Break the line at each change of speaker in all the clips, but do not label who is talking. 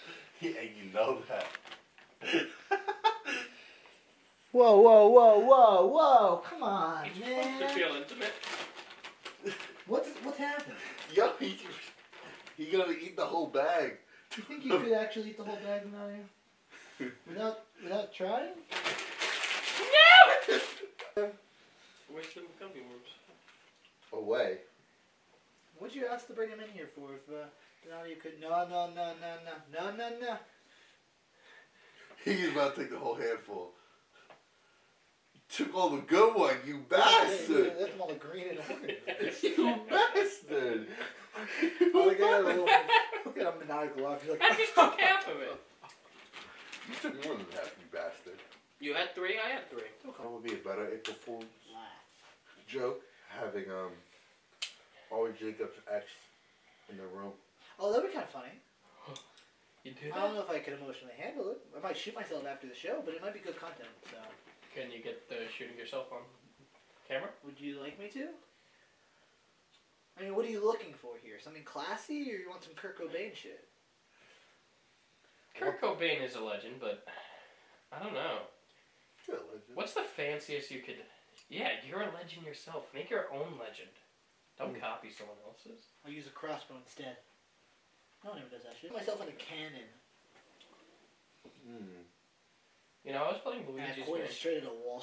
and you know that.
Whoa, whoa, whoa, whoa, whoa! Come on,
You're supposed to
man.
feel intimate.
What's what's happening?
Yo, he, he gonna eat the whole bag.
You think you could actually eat the whole bag without you? Without without trying?
Where's the gummy worms?
Away.
What'd you ask to bring him in here for? If uh, now you could no no no no no no no no.
He's about to take the whole handful. Took all the good one, you bastard!
That's all the green and orange.
you bastard!
Oh, look at him! Look at him maniacal laugh. He's like,
I just took half of it.
You took more than half, you bastard.
You had three, I had three.
That would be a better April Fool's joke having um Ollie Jacobs' ex in the room.
oh, that'd be kind of funny.
You do
I don't know if I could emotionally handle it. I might shoot myself after the show, but it might be good content. So,
Can you get the shooting yourself on camera?
would you like me to? I mean, what are you looking for here? Something classy, or you want some Kurt Cobain shit?
Kurt Cobain is a legend, but I don't know.
You're a legend.
What's the fanciest you could? Yeah, you're a legend yourself. Make your own legend. Don't copy someone else's.
I'll use a crossbow instead. No one ever does that shit. Put myself in a cannon
Mm.
You know, I was playing
and I
Luigi's
point it
Mansion.
straight at a wall.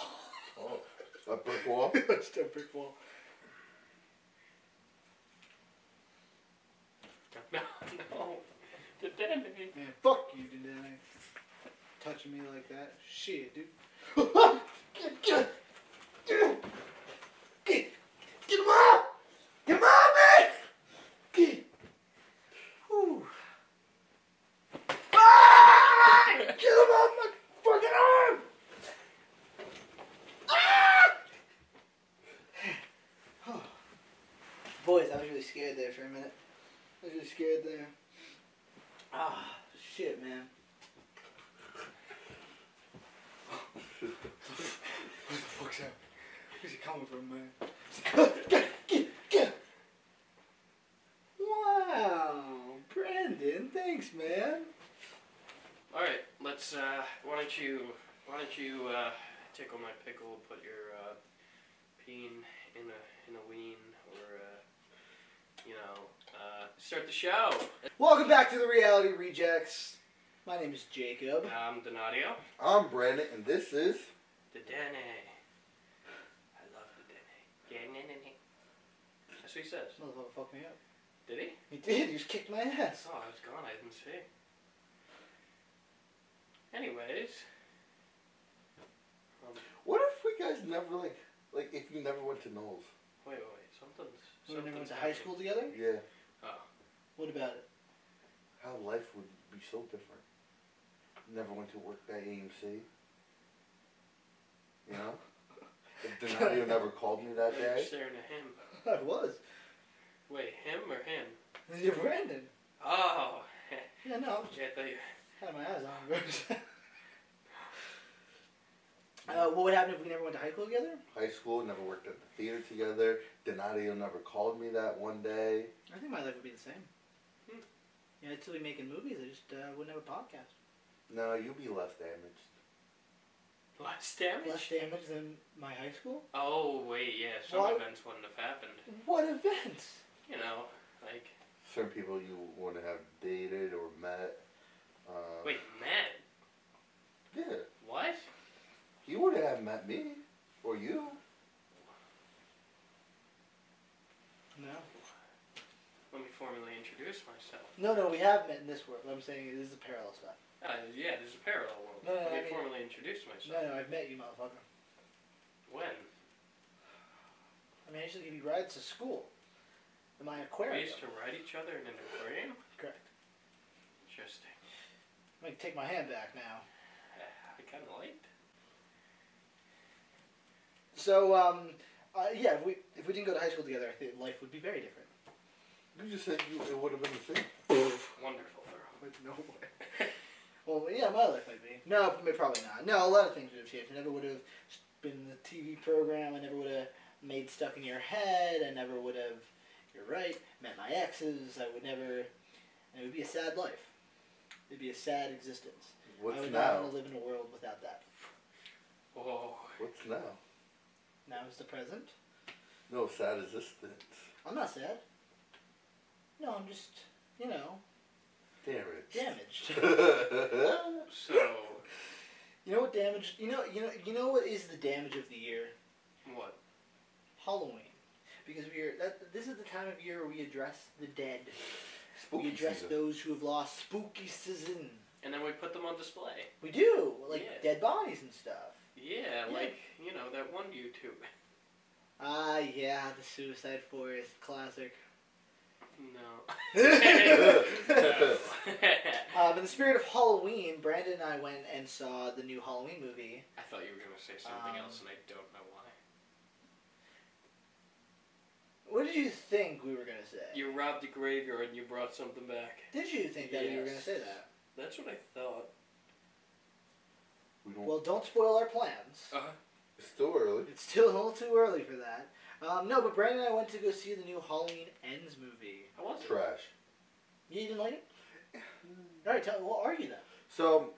Oh, that brick wall.
Just a brick wall.
No, no. The dead man.
Man, fuck you, dude. Touching me like that. Shit, dude.
Get, get, get, get, get him out! Get him out, man! Get.
Whew.
Ah! Get him out my fucking arm! Ah!
Boys, I was really scared there for a minute. I was really scared there. Ah, shit, man. what the fuck's happening? Where's he coming from, man? Wow, Brandon, thanks, man.
All right, let's. Uh, why don't you? Why don't you uh, tickle my pickle? Put your uh, peen in a in a lean, or uh, you know, uh, start the show.
Welcome back to the Reality Rejects. My name is Jacob.
I'm Donadio.
I'm Brandon, and this is.
The Dene. I love the Dene. Yeah, ne, ne, ne. That's what he says.
Motherfucker fucked me up.
Did he?
He did. He just kicked my ass.
Oh, I was gone. I didn't see. Anyways,
What if we guys never like, like if you never went to Knowles?
wait, wait, wait. Something's.
We never went
something's
to high
happening.
school together.
Yeah.
What about it?
How life would be so different. Never went to work at AMC. You know? If Denario never called me that
You're
day.
staring at him.
I was.
Wait, him or him?
You're Brandon.
Oh,
Yeah, no,
yeah, I thought you.
I had my eyes on him. uh, what would happen if we never went to high school together?
High school, never worked at the theater together. Denario never called me that one day.
I think my life would be the same.
Hmm.
Yeah, I'd still be making movies. I just uh, wouldn't have a podcast.
No, you'll be less damaged.
Less damage?
Less damage than my high school.
Oh, wait, yeah, some
What?
events wouldn't have happened.
Mm-hmm. What events?
You know, like.
Certain people you wouldn't have dated or met. Um,
Wait, Matt,
Yeah.
what?
You wouldn't have met me. Or you.
No.
Let me formally introduce myself.
No, no, we have met in this world. What I'm saying is, this is parallel stuff.
Uh, yeah, there's a parallel world.
No, no,
Let me
I mean-
formally introduce
No,
myself.
no, I've met you, motherfucker.
When?
I mean, I used to give you rides to school. In my aquarium.
We used to ride each other in an aquarium?
Correct.
Interesting.
I'm gonna take my hand back now.
I kind of liked
So, um, uh, yeah, if we if we didn't go to high school together, I think life would be very different.
You just said you, it would have been the same.
Wonderful, thorough.
no way. well, yeah, my life might be. No, may- probably not. No, a lot of things would have changed. I never would have been the TV program. I never would have made stuck in your head. I never would have. You're right. Met my exes. I would never. And it would be a sad life. It'd be a sad existence. I
What's
would
now?
not want to live in a world without that.
Oh,
What's now?
Now is the present.
No sad existence.
I'm not sad. No, I'm just, you know,
Damn it.
damaged.
so
you know what damage? You know, you know, you know what is the damage of the year?
what?
Halloween, because we are. That, this is the time of year where we address the dead. we
Spooky
address
season.
those who have lost. Spooky season.
And then we put them on display.
We do like
Yeah.
dead bodies and stuff.
Yeah,
Yeah.
like you know that one YouTube.
Ah, yeah, the Suicide Forest classic.
No.
uh,
I
but in the spirit of Halloween, Brandon and I went and saw the new Halloween movie.
thought you were gonna say something
Um,
else, and I don't know why.
What did you think we were gonna say?
You robbed a graveyard and you brought something back.
Did you think that we were gonna
Yes.
say that?
That's what I thought.
we don't,
Well, don't spoil our plans.
Uh,
it's still early.
It's still a little too early for that. Um, no, but Brandon and I went to go see the new Halloween Ends movie.
I was it?
Trash.
You didn't like it? All right, tell me, what are you then?
So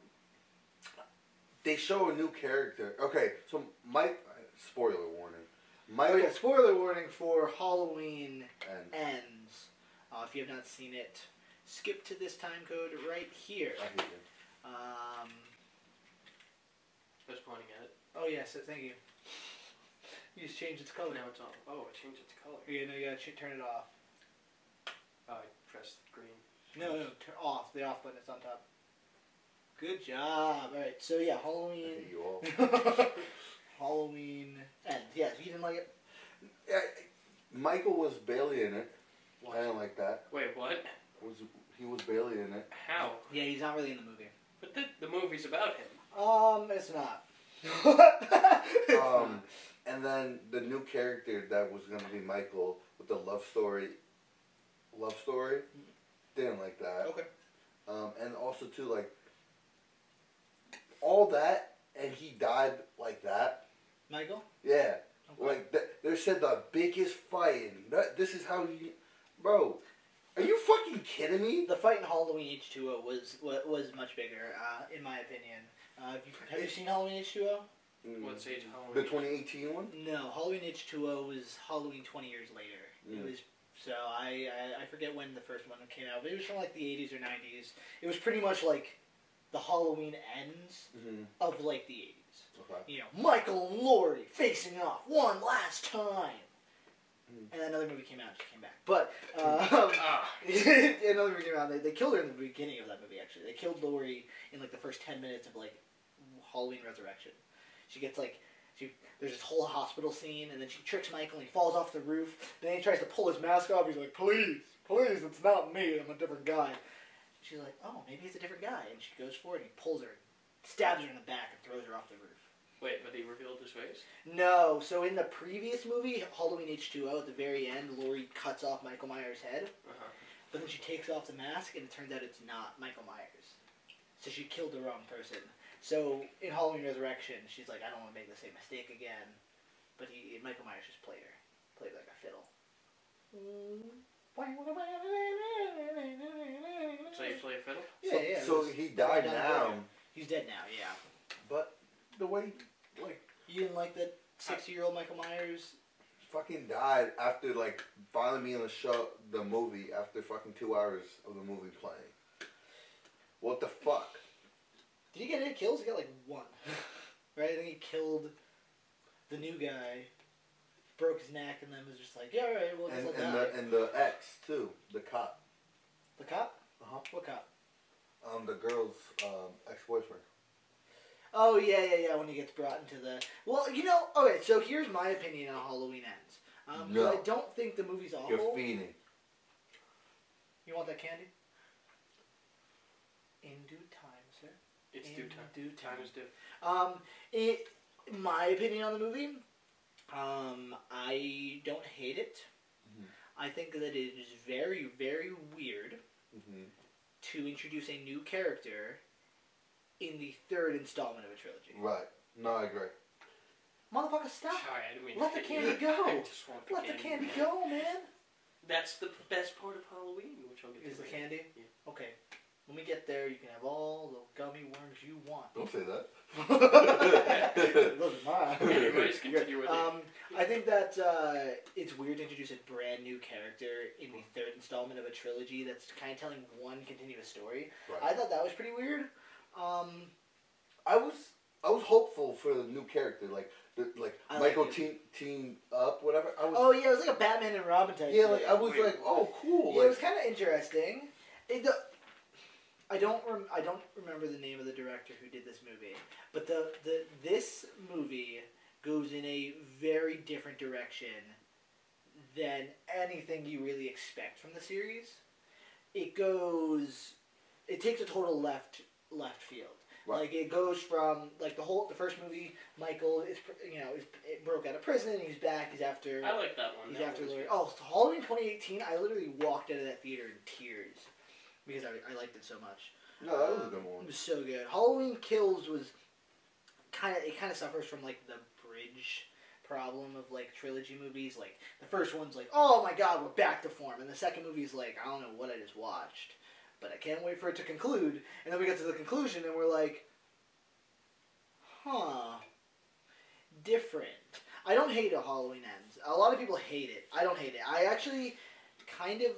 they show a new character. Okay, so Mike. Spoiler warning.
Oh
Michael
yeah, spoiler warning for Halloween
and
Ends. Uh, if you have not seen it, skip to this time code right here.
I hate him.
Um,
I was pointing at it.
oh yeah, so thank you. You just changed its color.
Now it's on. Oh, I changed its color.
Yeah, no, you gotta ch- turn it off.
Oh, I pressed green.
No, no, turn off. The off button is on top. Good job. All right, so yeah,
I hate
Halloween.
you all.
Halloween Ends. Yes, you didn't like it.
Yeah, Michael was Bailey in it.
What?
I do not like that.
Wait, what?
Was he was Bailey in it?
How?
Yeah, he's not really in the movie.
But the, the movie's about him.
Um, it's not. It's
Um, and then the new character that was gonna be Michael with the love story. Love story. Didn't like
not.
that.
Okay.
Um, and also too like all that, and he died like that.
Michael?
Yeah.
Okay.
Like th- they said the biggest fight, and that, this is how you, bro. Are you fucking kidding me?
The fight in Halloween H2O was wa- was much bigger, uh, in my opinion. Uh, have, you, have you seen Halloween H2O?
What's age Halloween?
the 2018 one?
No, Halloween H2O was Halloween 20 years later.
Mm.
It was so I, I I forget when the first one came out, but it was from like the 80s or 90s. It was pretty much like the Halloween ends
Mm-hmm.
of like the 80s.
Okay.
you know, Michael and Lori facing off one last time.
Mm.
And another movie came out, she came back. But um,
Ah,
another movie came out. They, they killed her in the beginning of that movie. Actually, they killed Lori in like the first ten minutes of like Halloween Resurrection. She gets like she there's this whole hospital scene, and then she tricks Michael and he falls off the roof. Then he tries to pull his mask off. He's like, "Please, please, it's not me. I'm a different guy." She's like, "Oh, maybe it's a different guy," and she goes for it. and He pulls her, stabs her in the back, and throws her off the roof.
wait, but he revealed his face?
No, so in the previous movie, Halloween H2O, at the very end, Lori cuts off Michael Myers' head,
Uh-huh.
but then she takes off the mask, and it turns out it's not Michael Myers. So she killed the wrong person. So in Halloween Resurrection, she's like, I don't want to make the same mistake again. But he, Michael Myers just played her, played like a fiddle.
So you play a fiddle?
Yeah,
so,
yeah, it
so
was-
he died
died
now,
later. He's dead now, yeah.
but the way like
You didn't like that 60 year old Michael Myers?
fucking died after like finally being in the show, the movie after fucking two hours of the movie playing. What the fuck?
Did he get any kills? He got like one. right? I think he killed the new guy, broke his neck, and then was just like, yeah, alright, well, just
And,
let
and
die.
the and the ex too, the cop,
the cop?
Uh-huh.
What cop?
um, the girl's um, ex boyfriend.
Oh, yeah, yeah, yeah, when he gets brought into the. Well, you know, okay, so here's my opinion on Halloween Ends. Um, 'cause
No.
I don't think the movie's
You're
awful.
fiending.
You want that candy? In due time, sir.
It's
In
due time.
due time.
Time is due.
Um, it, my opinion on the movie, um, I don't hate it.
Mhm.
I think that it is very, very weird
Mm-hmm.
to introduce a new character in the third installment of a trilogy.
Right. No, I agree.
Motherfucker, stop!
Sorry, I didn't mean to
Let the
hit you.
candy go.
I just want the
Let the
candy.
candy go, man.
That's the best part of Halloween, which I'll get
Is
to
the
later.
candy?
Yeah.
Okay. When we get there, you can have all the gummy worms you want.
Don't say that.
Those are mine.
Anyways, continue with it.
Um, I think that uh, it's weird to introduce a brand new character in the third installment of a trilogy that's kind of telling one continuous story.
Right.
I thought that was pretty weird. Um,
I was I was hopeful for the new character, like the, like
I like
Michael
him.
team team up, whatever. I was
oh yeah, it was like a Batman and Robin type.
yeah,
thing.
like I was
Wait.
like, oh cool,
Yeah, it was
like,
kind of interesting. It, do- I don't rem- I don't remember the name of the director who did this movie, but the, the this movie goes in a very different direction than anything you really expect from the series. It goes, it takes a total left left field.
Right.
Like it goes from like the whole the first movie, Michael is pr- you know is, it broke out of prison. He's back. He's after.
I like that one.
He's
That
after
one was
Laurie.
good.
Oh, so Halloween 2018, I literally walked out of that theater in tears because I, I liked it so much.
no, that was a
Um,
good one.
It was so good. Halloween Kills was kind of it kind of suffers from like the bridge problem of like trilogy movies. Like the first one's like, oh my god, we're back to form, and the second movie's like, I don't know what I just watched, but I can't wait for it to conclude. And then we get to the conclusion, and we're like, huh, different. I don't hate how Halloween ends. A lot of people hate it. I don't hate it. I actually kind of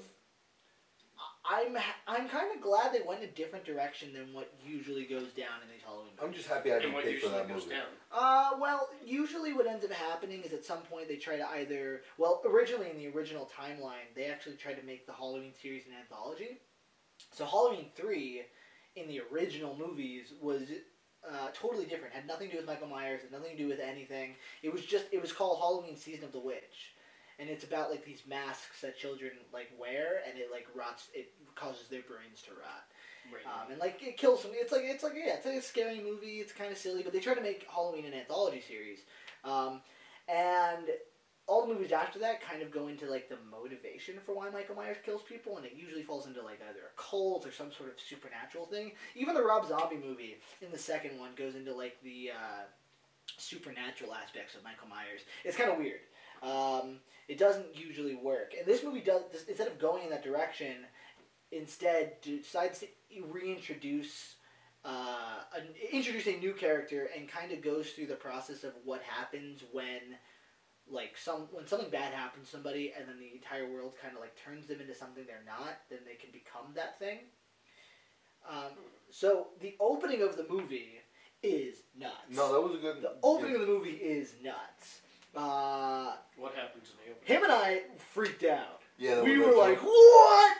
I'm I'm kind of glad they went a different direction than what usually goes down in these Halloween.
I'm
movies.
just happy I
And
didn't
what
pay for
usually
that
goes
movie.
down.
Uh, well, usually what ends up happening is at some point they try to either well, originally in the original timeline, they actually tried to make the Halloween series an anthology. So Halloween three, in the original movies, was uh, totally different. Had nothing to do with Michael Myers. Had nothing to do with anything. It was just it was called Halloween Season of the Witch, and it's about like these masks that children like wear, and it like rots. It causes their brains to rot.
Right.
Um, and like it kills them. It's like it's like yeah, it's like a scary movie. It's kind of silly, but they try to make Halloween an anthology series, um, and all the movies after that kind of go into like the motivation for why Michael Myers kills people, and it usually falls into like either a cult or some sort of supernatural thing. Even the Rob Zombie movie in the second one goes into like the uh, supernatural aspects of Michael Myers. It's kind of weird. Um, it doesn't usually work, and this movie does. This, instead of going in that direction, instead decides to reintroduce uh, an, introduce a new character and kind of goes through the process of what happens when like some when something bad happens to somebody and then the entire world kind of like turns them into something they're not then they can become that thing um, so the opening of the movie is nuts
No, that was a good.
the opening of the movie is nuts uh,
what happens in the opening?
him and i freaked out
Yeah, that
we
was
were
good.
like, what?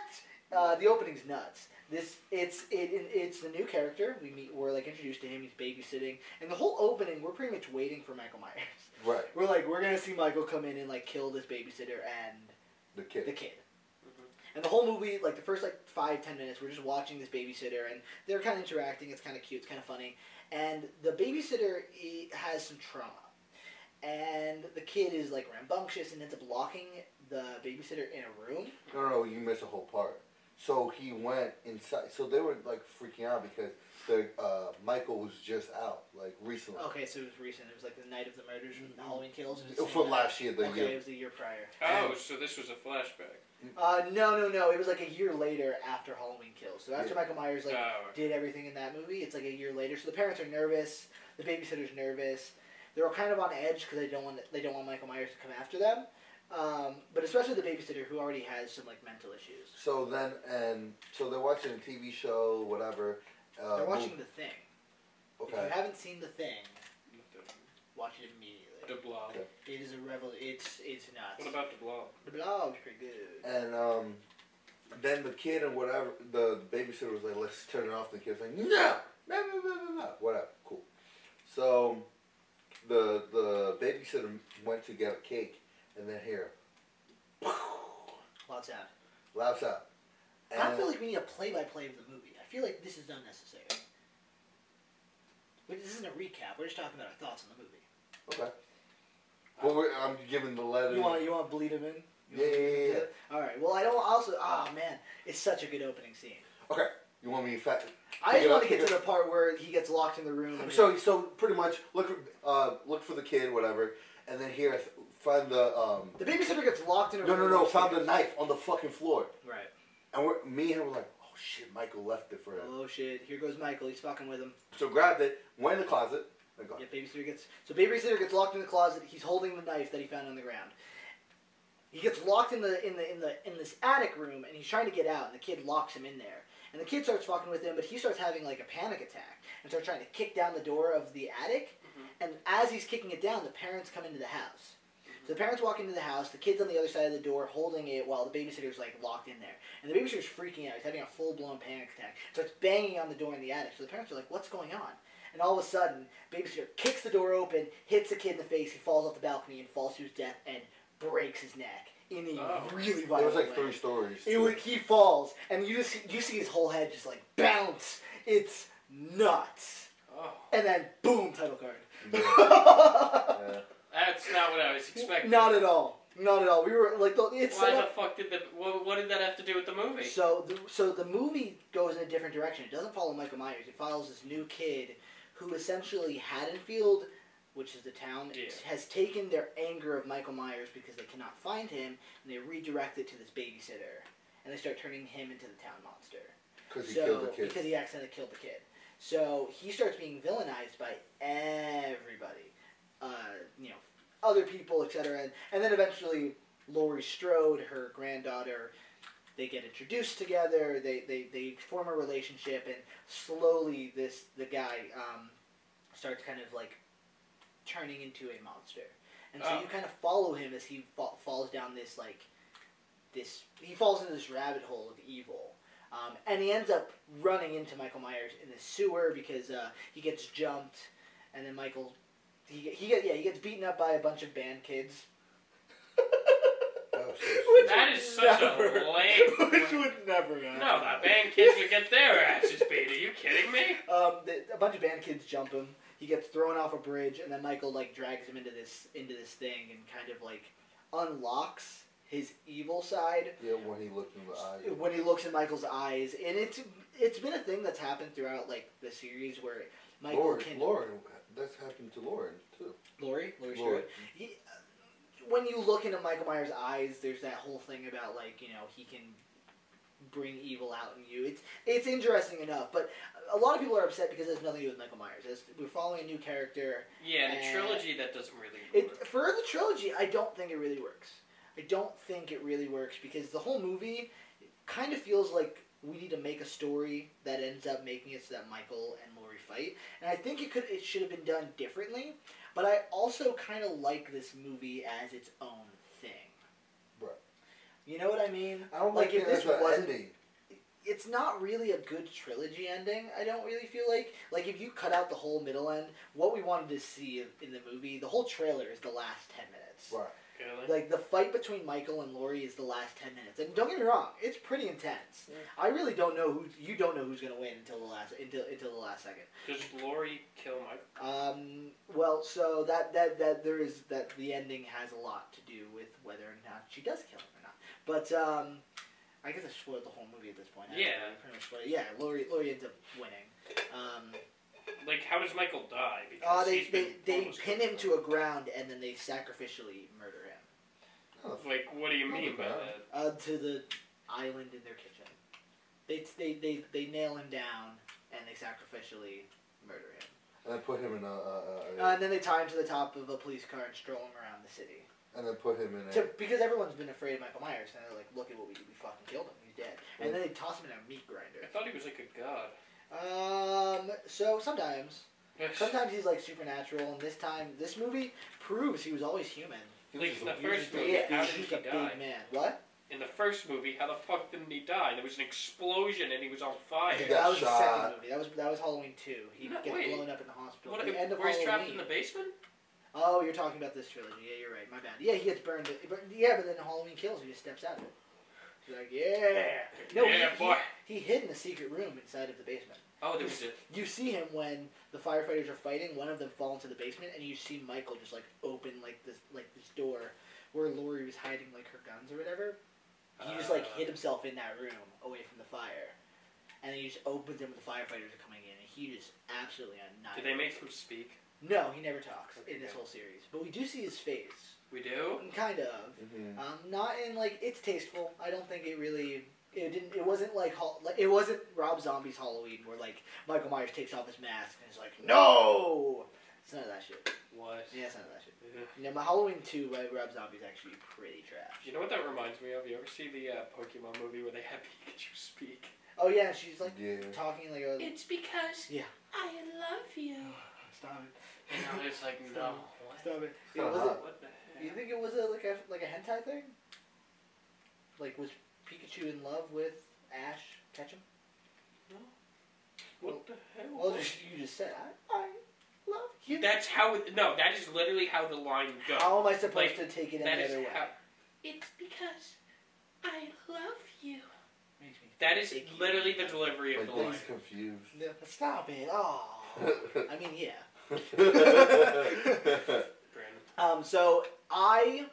Uh, the opening's nuts. This it's it, it it's the new character we meet. We're like introduced to him. He's babysitting, and the whole opening we're pretty much waiting for Michael Myers.
right,
We're like, we're gonna see Michael come in and like kill this babysitter and
the kid.
the kid. And the whole movie, like the first like five ten minutes, we're just watching this babysitter, and they're kind of interacting. It's kind of cute. It's kind of funny. And the babysitter he has some trauma, and the kid is like rambunctious and ends up locking the babysitter in a room.
No, no, you missed a whole part. So he went inside. So they were like freaking out because the uh, Michael was just out like recently
Okay, so it was recent. It was like the night of the murders and Halloween kills. Mm-hmm. It was the same
from
night.
last year. The
okay,
year.
it was the year prior.
Oh, so this was a flashback.
Uh, no, no, no. It was like a year later after Halloween kills. So after
Yeah.
Michael Myers like
oh, okay.
did everything in that movie, it's like a year later. So the parents are nervous. The babysitter's nervous. They're all kind of on edge because they don't want they don't want Michael Myers to come after them. Um, but especially the babysitter who already has some like mental issues.
So then, and so they're watching a TV show, whatever. Uh,
They're watching
mov-
The Thing. If
Okay.
you haven't seen The Thing,
The-
watch it immediately.
The blob.
Okay.
It is a revel. It's it's nuts.
What about the blob?
the blog's pretty good.
And um, then the kid and whatever the, the babysitter was like, "Let's turn it off." The kid's like, "No, no, no, no, no, no." Whatever, cool. So the the babysitter went to get a cake, and then here,
Lots out.
loud sound. And
I feel like we need a play-by-play of the movie. I feel like this is unnecessary. But this isn't a recap. We're just talking about our thoughts on the movie.
okay. Well, we're, I'm giving the letter.
You want you want to bleed him in?
Yeah,
You wanna bleed
yeah,
him
yeah,
in? All right. Well, I don't also. Oh man, it's such a good opening scene.
you want me to fact? Pick
I just
it up,
want to get
pick
to
it
the part where he gets locked in the room. and-
So so pretty much look for, uh, look for the kid, whatever, and then here I th- find the um.
the babysitter gets locked in a
No,
room.
no, no!
upstairs.
Found the knife on the fucking floor,
Right.
and we're me and him were like, "Oh shit, Michael left it for him.
Oh shit! Here goes Michael. He's fucking with him.
So grabbed it, went in the closet, and gone.
Yeah, babysitter gets so babysitter gets locked in the closet. He's holding the knife that he found on the ground. He gets locked in the in the in the in this attic room, and he's trying to get out. And the kid locks him in there. And the kid starts fucking with him, but he starts having like a panic attack and starts trying to kick down the door of the attic.
Mm-hmm.
Mhm.
And as he's kicking it down, the parents come into the house. So the parents walk into the house. The kid's on the other side of the door holding it while the babysitter's like locked in there. And the babysitter's freaking out. He's having a full blown panic attack. Starts banging on the door in the attic. So the parents are like, "What's going on?" And all of a sudden, babysitter kicks the door open, hits the kid in the face. He falls off the balcony and falls to his death and breaks his neck in a
Oh.
really
It
violent
was like
way.
three stories.
It would, he falls, and you just you see his whole head just like bounce. It's nuts.
Oh,
And then boom, title card.
Yeah, yeah.
that's not what I was expecting.
Not at all. Not at all. We were like, the- it's
Why
set
the
up-
fuck did the what, what did that have to do with the movie?
so the, so the movie goes in a different direction. It doesn't follow Michael Myers. It follows this new kid who essentially Haddonfield, which is the town,
Yeah.
has taken their anger of Michael Myers because they cannot find him, and they redirect it to this babysitter, and they start turning him into the town monster.
Because he
so,
killed the kid.
Because he accidentally killed the kid. So he starts being villainized by everybody. Uh, you know, other people, etc. And, and then eventually Laurie Strode, her granddaughter, they get introduced together. They, they, they form a relationship, and slowly this the guy um, starts kind of like turning into a monster. And so
Oh.
you kind of follow him as he fa- falls down this like this he falls into this rabbit hole of evil. Um, and he ends up running into Michael Myers in the sewer because uh, he gets jumped, and then Michael, he get- he get, yeah he gets beaten up by a bunch of band kids.
Oh, shit.
Which
That
would
is such a lame
Which
way-
would never happen.
no, the band kids would get their asses beat. Are you kidding me?
Um, the, a bunch of band kids jump him. He gets thrown off a bridge, and then Michael like drags him into this into this thing and kind of like unlocks his evil side
Yeah, when he looked in the eye.
when he looks in Michael's eyes, and it's it's been a thing that's happened throughout like the series where Michael
Lauren,
can
Lauren, that's happened to Lauren too.
Lori, Lori Strode.
Lauren.
He, when you look into Michael Myers' eyes, there's that whole thing about like you know he can bring evil out in you. It's it's interesting enough, but a lot of people are upset because it has nothing to do with Michael Myers. It's, we're following a new character.
Yeah, in a
Uh,
trilogy that doesn't really work.
It, for the trilogy, I don't think it really works. I don't think it really works because the whole movie kind of feels like we need to make a story that ends up making it so that Michael and Laurie fight. And I think it could it should have been done differently, but I also kind of like this movie as its own thing.
Right.
You know what I mean?
I don't
Like,
think
if this
that's an
wasn't-
ending.
It's not really a good trilogy ending. I don't really feel like like if you cut out the whole middle end, what we wanted to see in the movie, the whole trailer is the last 10 minutes.
Right.
Really?
Like the fight between Michael and Lori is the last ten minutes, and don't get me wrong, it's pretty intense.
Yeah.
I really don't know who you don't know who's gonna win until the last until until the last second.
Does Lori kill Michael?
Um, well, so that that that there is that the ending has a lot to do with whether or not she does kill him or not. But um, I guess I spoiled the whole movie at this point. I
Yeah.
pretty much spoiled. it. Yeah, Lori Lori ends up winning. Um,
Like, how does Michael die?
uh,
Because
they
he's been
they, they
almost
pin
killed.
him to a ground and then they sacrificially murder him
Oh,
Like, what do you
Not
mean
the
by
ground.
that?
uh, to the island in their kitchen. They, they, they, they nail him down and they sacrificially murder him.
and then put him in a, a, a,
Uh, and then they tie him to the top of a police car and stroll him around the city.
and then put him in a.
To, because everyone's been afraid of Michael Myers and they're like, look at what we did. We fucking killed him. He's dead. And then they toss him in a meat
I
grinder.
thought he was like a god.
Um, so sometimes. Sometimes he's like supernatural and this time, this movie proves he was always human.
He
like,
was
the
a-
first Uh,
he was a-
movie- how
he's
did
just
he
a
die?
big man. What?
In the first movie, how the fuck didn't he die? There was an explosion and he was on fire.
He
that
got
was the
shot.
second movie. That was that was Halloween two. He
No,
gets
wait.
blown up in the hospital.
What,
At the end of
where he's
Halloween.
trapped in the basement?
Oh, you're talking about this trilogy. Yeah, you're right. My bad. Yeah, he gets burned. But yeah, but then Halloween kills. He just steps out of it. He's like, yeah. No, he-
yeah,
he,
boy.
He, hid in a secret room inside of the basement.
Oh, there was a
You see him when the firefighters are fighting. One of them falls into the basement, and you see Michael just like open like this like this door where Lori was hiding like her guns or whatever. He just like
Uh.
hid himself in that room away from the fire, and then he just opens it when the firefighters are coming in, and he just absolutely
Did
annihilates.
they make him speak?
No, he never talks
Okay,
in this
good.
whole series, but we do see his face.
We do?
Kind of.
Mhm.
Um, not in like it's tasteful. I don't think it really It didn't. It wasn't like, Hall- like it wasn't Rob Zombie's Halloween where like Michael Myers takes off his mask and is like, "No." It's none of that shit.
What?
Yeah, it's none of that shit.
Yeah.
Yeah, my Halloween two by Rob Zombie's actually pretty trash.
You know what that reminds me of? You ever see the uh, Pokemon movie where they have Pikachu speak?
Oh yeah, she's like
yeah.
talking like a
It's because
Yeah.
I love you.
stop
And I'm just like, no. What,
Stop it.
Kinda
was
hot.
what the
You
heck?
think it was a, like a like a hentai thing? Like was Pikachu in love with Ash Ketchum?
What the hell?
Well, just, you just said I, I love you.
That's how. It, no, that is literally how the line goes.
How am I supposed
Like,
to take it
that
any
is
other way?
how.
It's because I love you.
Makes me
That is
icky.
literally the delivery of
Like
the line.
things confused.
No, Stop it! Oh, I mean, yeah.
Brandon.
Um, so I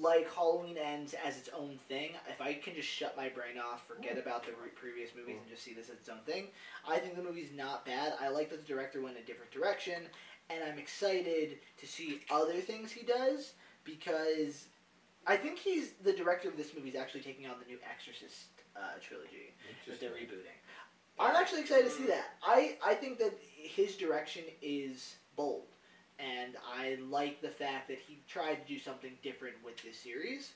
like Halloween Ends as its own thing. If I can just shut my brain off, forget about the re- previous movies, and just see this as its own thing, I think the movie's not bad. I like that the director went a different direction, and I'm excited to see other things he does because I think he's the director of this movie is actually taking on the new Exorcist uh, trilogy that they're rebooting. I'm actually excited to see that. I, I think that his direction is bold, and I like the fact that he tried to do something different with this series.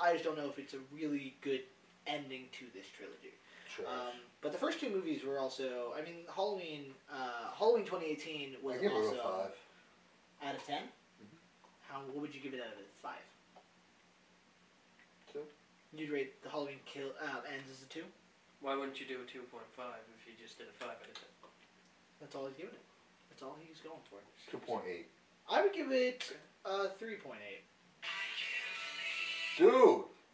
I just don't know if it's a really good ending to this trilogy.
Trash.
Um, but the first two movies were also, I mean, Halloween, uh, Halloween 2018 was
I give
also
it a five. Mm-hmm.
out of 10 How what would you give it out of a five?
Two.
You'd rate the Halloween kill uh, ends as a two.
Why wouldn't you do a 2.5 if you just did a 5 out of 10?
That's all he's giving it. That's all he's going for.
Two point eight.
I would give it uh, 3.8.
Dude,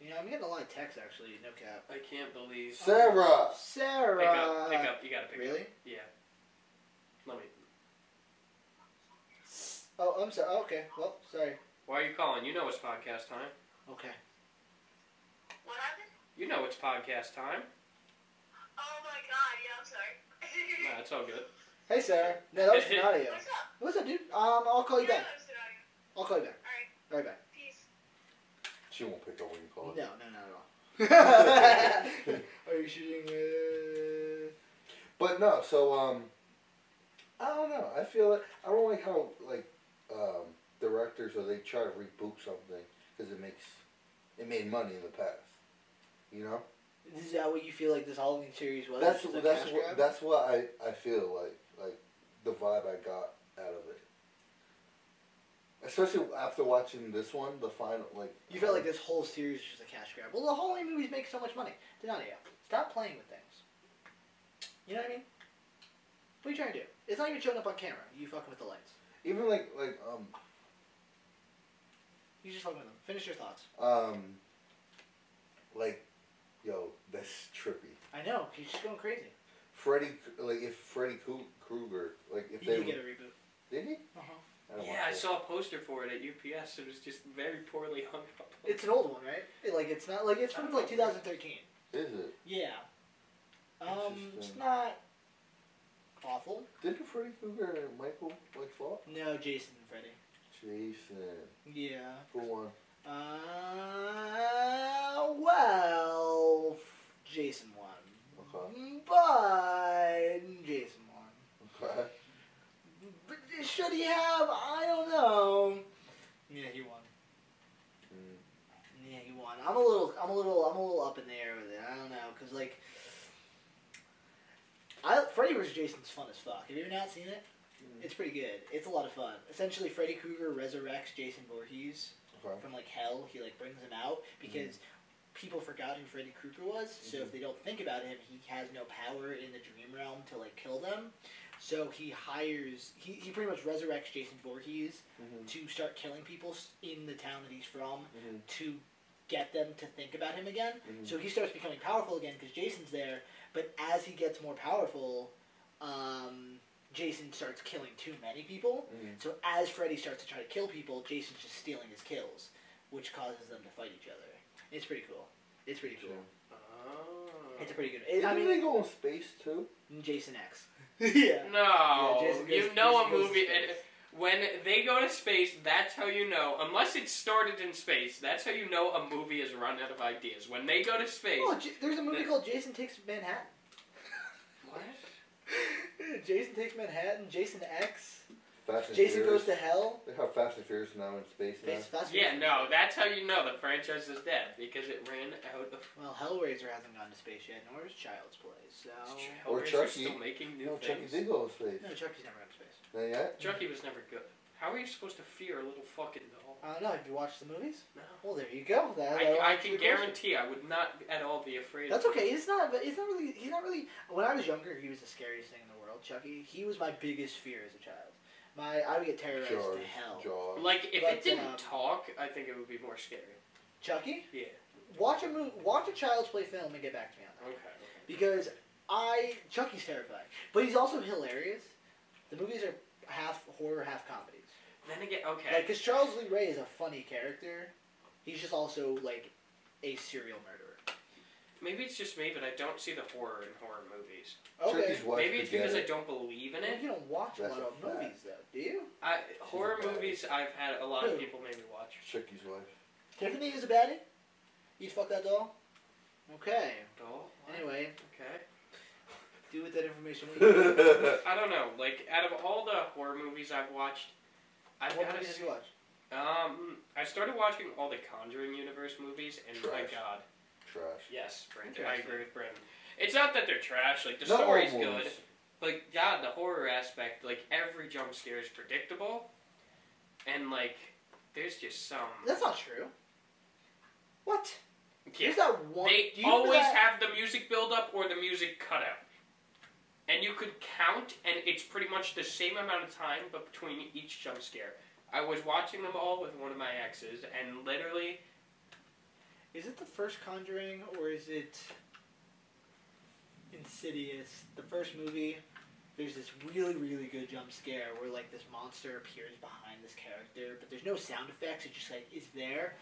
You know, I'm getting a lot of texts actually, no cap.
I can't believe.
Sarah.
Sarah!
Pick up, pick up. You gotta pick
Really?
up. Yeah. Let me.
Oh, I'm sorry. Oh, okay. Well, sorry.
Why are you calling? You know it's podcast time.
Okay.
What happened?
You know it's podcast time.
Oh my god, yeah, I'm sorry.
Nah, it's all good.
Hey, Sarah. No, that was an audio.
What's up?
What's up, dude? Um, I'll call you
Yeah,
back.
that was an audio.
I'll call you back.
Alright.
All right, back.
Peace.
She won't pick up when you
No,
call
no,
her.
not at all. Are you shooting with...
But no, so um, I don't know. I feel it. I don't like how like um, directors or they try to reboot something because it makes it made money in the past. You know,
Is that what you feel like this Halloween series was?
that's
Just a
that's
cash
what
grab?
that's what I I feel like like the vibe I got out of it. Especially after watching this one, the final like um,
You felt like this whole series was just a cash grab. Well, the Halloween movies make so much money. Donadio, stop playing with things. You know what I mean? What are you trying to do? It's not even showing up on camera. You fucking with the lights.
even like like um
You just fucking with them. Finish your thoughts.
um like yo that's trippy.
I know. He's just going crazy.
Freddy, like if Freddy Kru- Krueger, like if
You
they
did
were-
get a reboot.
did he?
Uh-huh.
I don't
Yeah,
watch
I
it.
saw a poster for it at UPS. It was just very poorly hung up.
It's an old one, right? It- like it's not like it's from like 2013.
Is it?
Yeah. Um, it's
Interesting.
not awful.
Didn't Freddy Krueger and Michael like fall?
No, Jason and Freddy.
Jason,
Yeah.
who won?
Uh, well, Jason won.
Okay.
But Jason won.
Okay.
But should he have? I don't know. Yeah, he won.
Mm.
Yeah, he won. I'm a little, I'm a little, I'm a little up in the air with it. I don't know, cause like, I Freddy vs. Jason's fun as fuck. Have you not seen it?
Mm.
It's pretty good. It's a lot of fun. Essentially, Freddy Krueger resurrects Jason Voorhees.
Okay.
from like hell. He like brings him out because people forgot who Freddy Krueger was. So if they don't think about him, he has no power in the dream realm to like kill them. So he hires he, he pretty much resurrects Jason Voorhees
Mhm.
to start killing people s- in the town that he's from
Mhm.
to get them to think about him again.
Mhm.
So he starts becoming powerful again because Jason's there. But as he gets more powerful, um, Jason starts killing too many people.
Mhm.
So as Freddy starts to try to kill people, Jason's just stealing his kills, which causes them to fight each other. It's pretty cool. It's pretty cool.
Oh.
It's a pretty good.
Didn't
I
they
mean,
go in space too?
Jason X. yeah.
No,
Jason
you
goes- Jason
Oh, know a
goes to
movie.
space.
It, when they go to space, that's how you know. Unless it started in space, that's how you know a movie has run out of ideas. When they go to space,
Oh, J- there's a movie called Jason Takes Manhattan.
what?
Jason Takes Manhattan, Jason X,
Fast and
Jason
Furious.
Goes to Hell.
Look how Fast and Furious is now in space now.
Face Fast
Yeah, no, that's how you know the franchise is dead because it ran out of.
Well, Hellraiser hasn't gone to space yet, nor is Child's Play, so.
Or
Hellraiser's
Chucky.
Still making new
No, Chucky
things.
did go in space.
No, Chucky's never gone to space.
Not yet?
Chucky was never good. How are you supposed to fear a little fucking doll?
I don't know. Have you watched the movies?
No.
Well, there you go. That, that
I, I
answers
can
your question.
guarantee I would not at all be afraid.
That's
of
okay. He's not. But he's not really. He's not really. When I was younger, he was the scariest thing in the world. Chucky. He was my biggest fear as a child. My I would get terrorized
Jaws.
to hell.
Jaws.
Like if
But,
it didn't
um,
talk, I think it would be more scary.
Chucky.
Yeah.
Watch a movie. Watch a child's play film and get back to me on that.
Okay.
Because I Chucky's terrifying, but he's also hilarious. The movies are half horror, half comedies.
Then again, okay.
Like, cause Charles Lee Ray is a funny character. He's just also like a serial murderer.
Maybe it's just me, but I don't see the horror in horror movies.
Okay.
Chucky's wife
Maybe it's because I
beget
don't believe in it.
You don't watch a
That's
lot
a
of
fact.
movies though, do you?
I,
a
horror
bad-
movies, I've had a lot
Who?
of people maybe watch.
it. Chucky's wife.
Tiffany is a baddie. You fuck that doll. Okay.
Doll? What?
Anyway,
Okay.
do with that information. What you
That's
I don't know. Like out of all the horror movies I've watched, I've
what
gotta
movies did
say,
you watch?
um, I started watching all the Conjuring universe movies, and my
Trash.
God,
trash.
yes, Brandon, I
Interesting.
agree with Brandon. It's not that they're trash. Like the
Not all
story's
movies.
good, but God, the horror aspect, like every jump scare is predictable, and like there's just some.
That's not true. What?
Yeah.
There's that one.
They
do you remember
always
that-
have the music build up or the music cut out. And you could count, and it's pretty much the same amount of time, but between each jump scare. I was watching them all with one of my exes, and literally,
Is it the first Conjuring or is it Insidious? The first movie, there's this really, really good jump scare where like this monster appears behind this character, but there's no sound effects. It just like is there.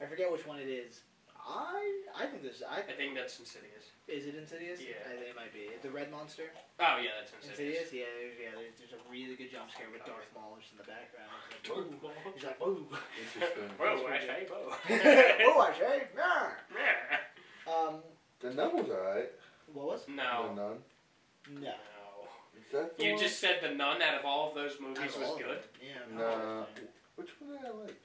I forget which one it is. I I think this I
I think that's Insidious.
is it Insidious.
Yeah.
I think it might be the Red Monster.
Oh, yeah, that's Insidious.
Insidious. Yeah, there's, yeah. There's, there's a really good jump scare with Darth Maul just in the background. He's like, "Ooh." He's like, "Ooh,
Interesting.
Whoa, I say, whoa.
whoa, I say, yeah." Um,
the nun was alright.
what was?
The
No.
nun.
No.
No.
Is that the
You
one?
just said the nun out of all of those
Out
movies
of
was
all of
good.
them, Yeah. not all of
Nah.
them.
Which one did I like?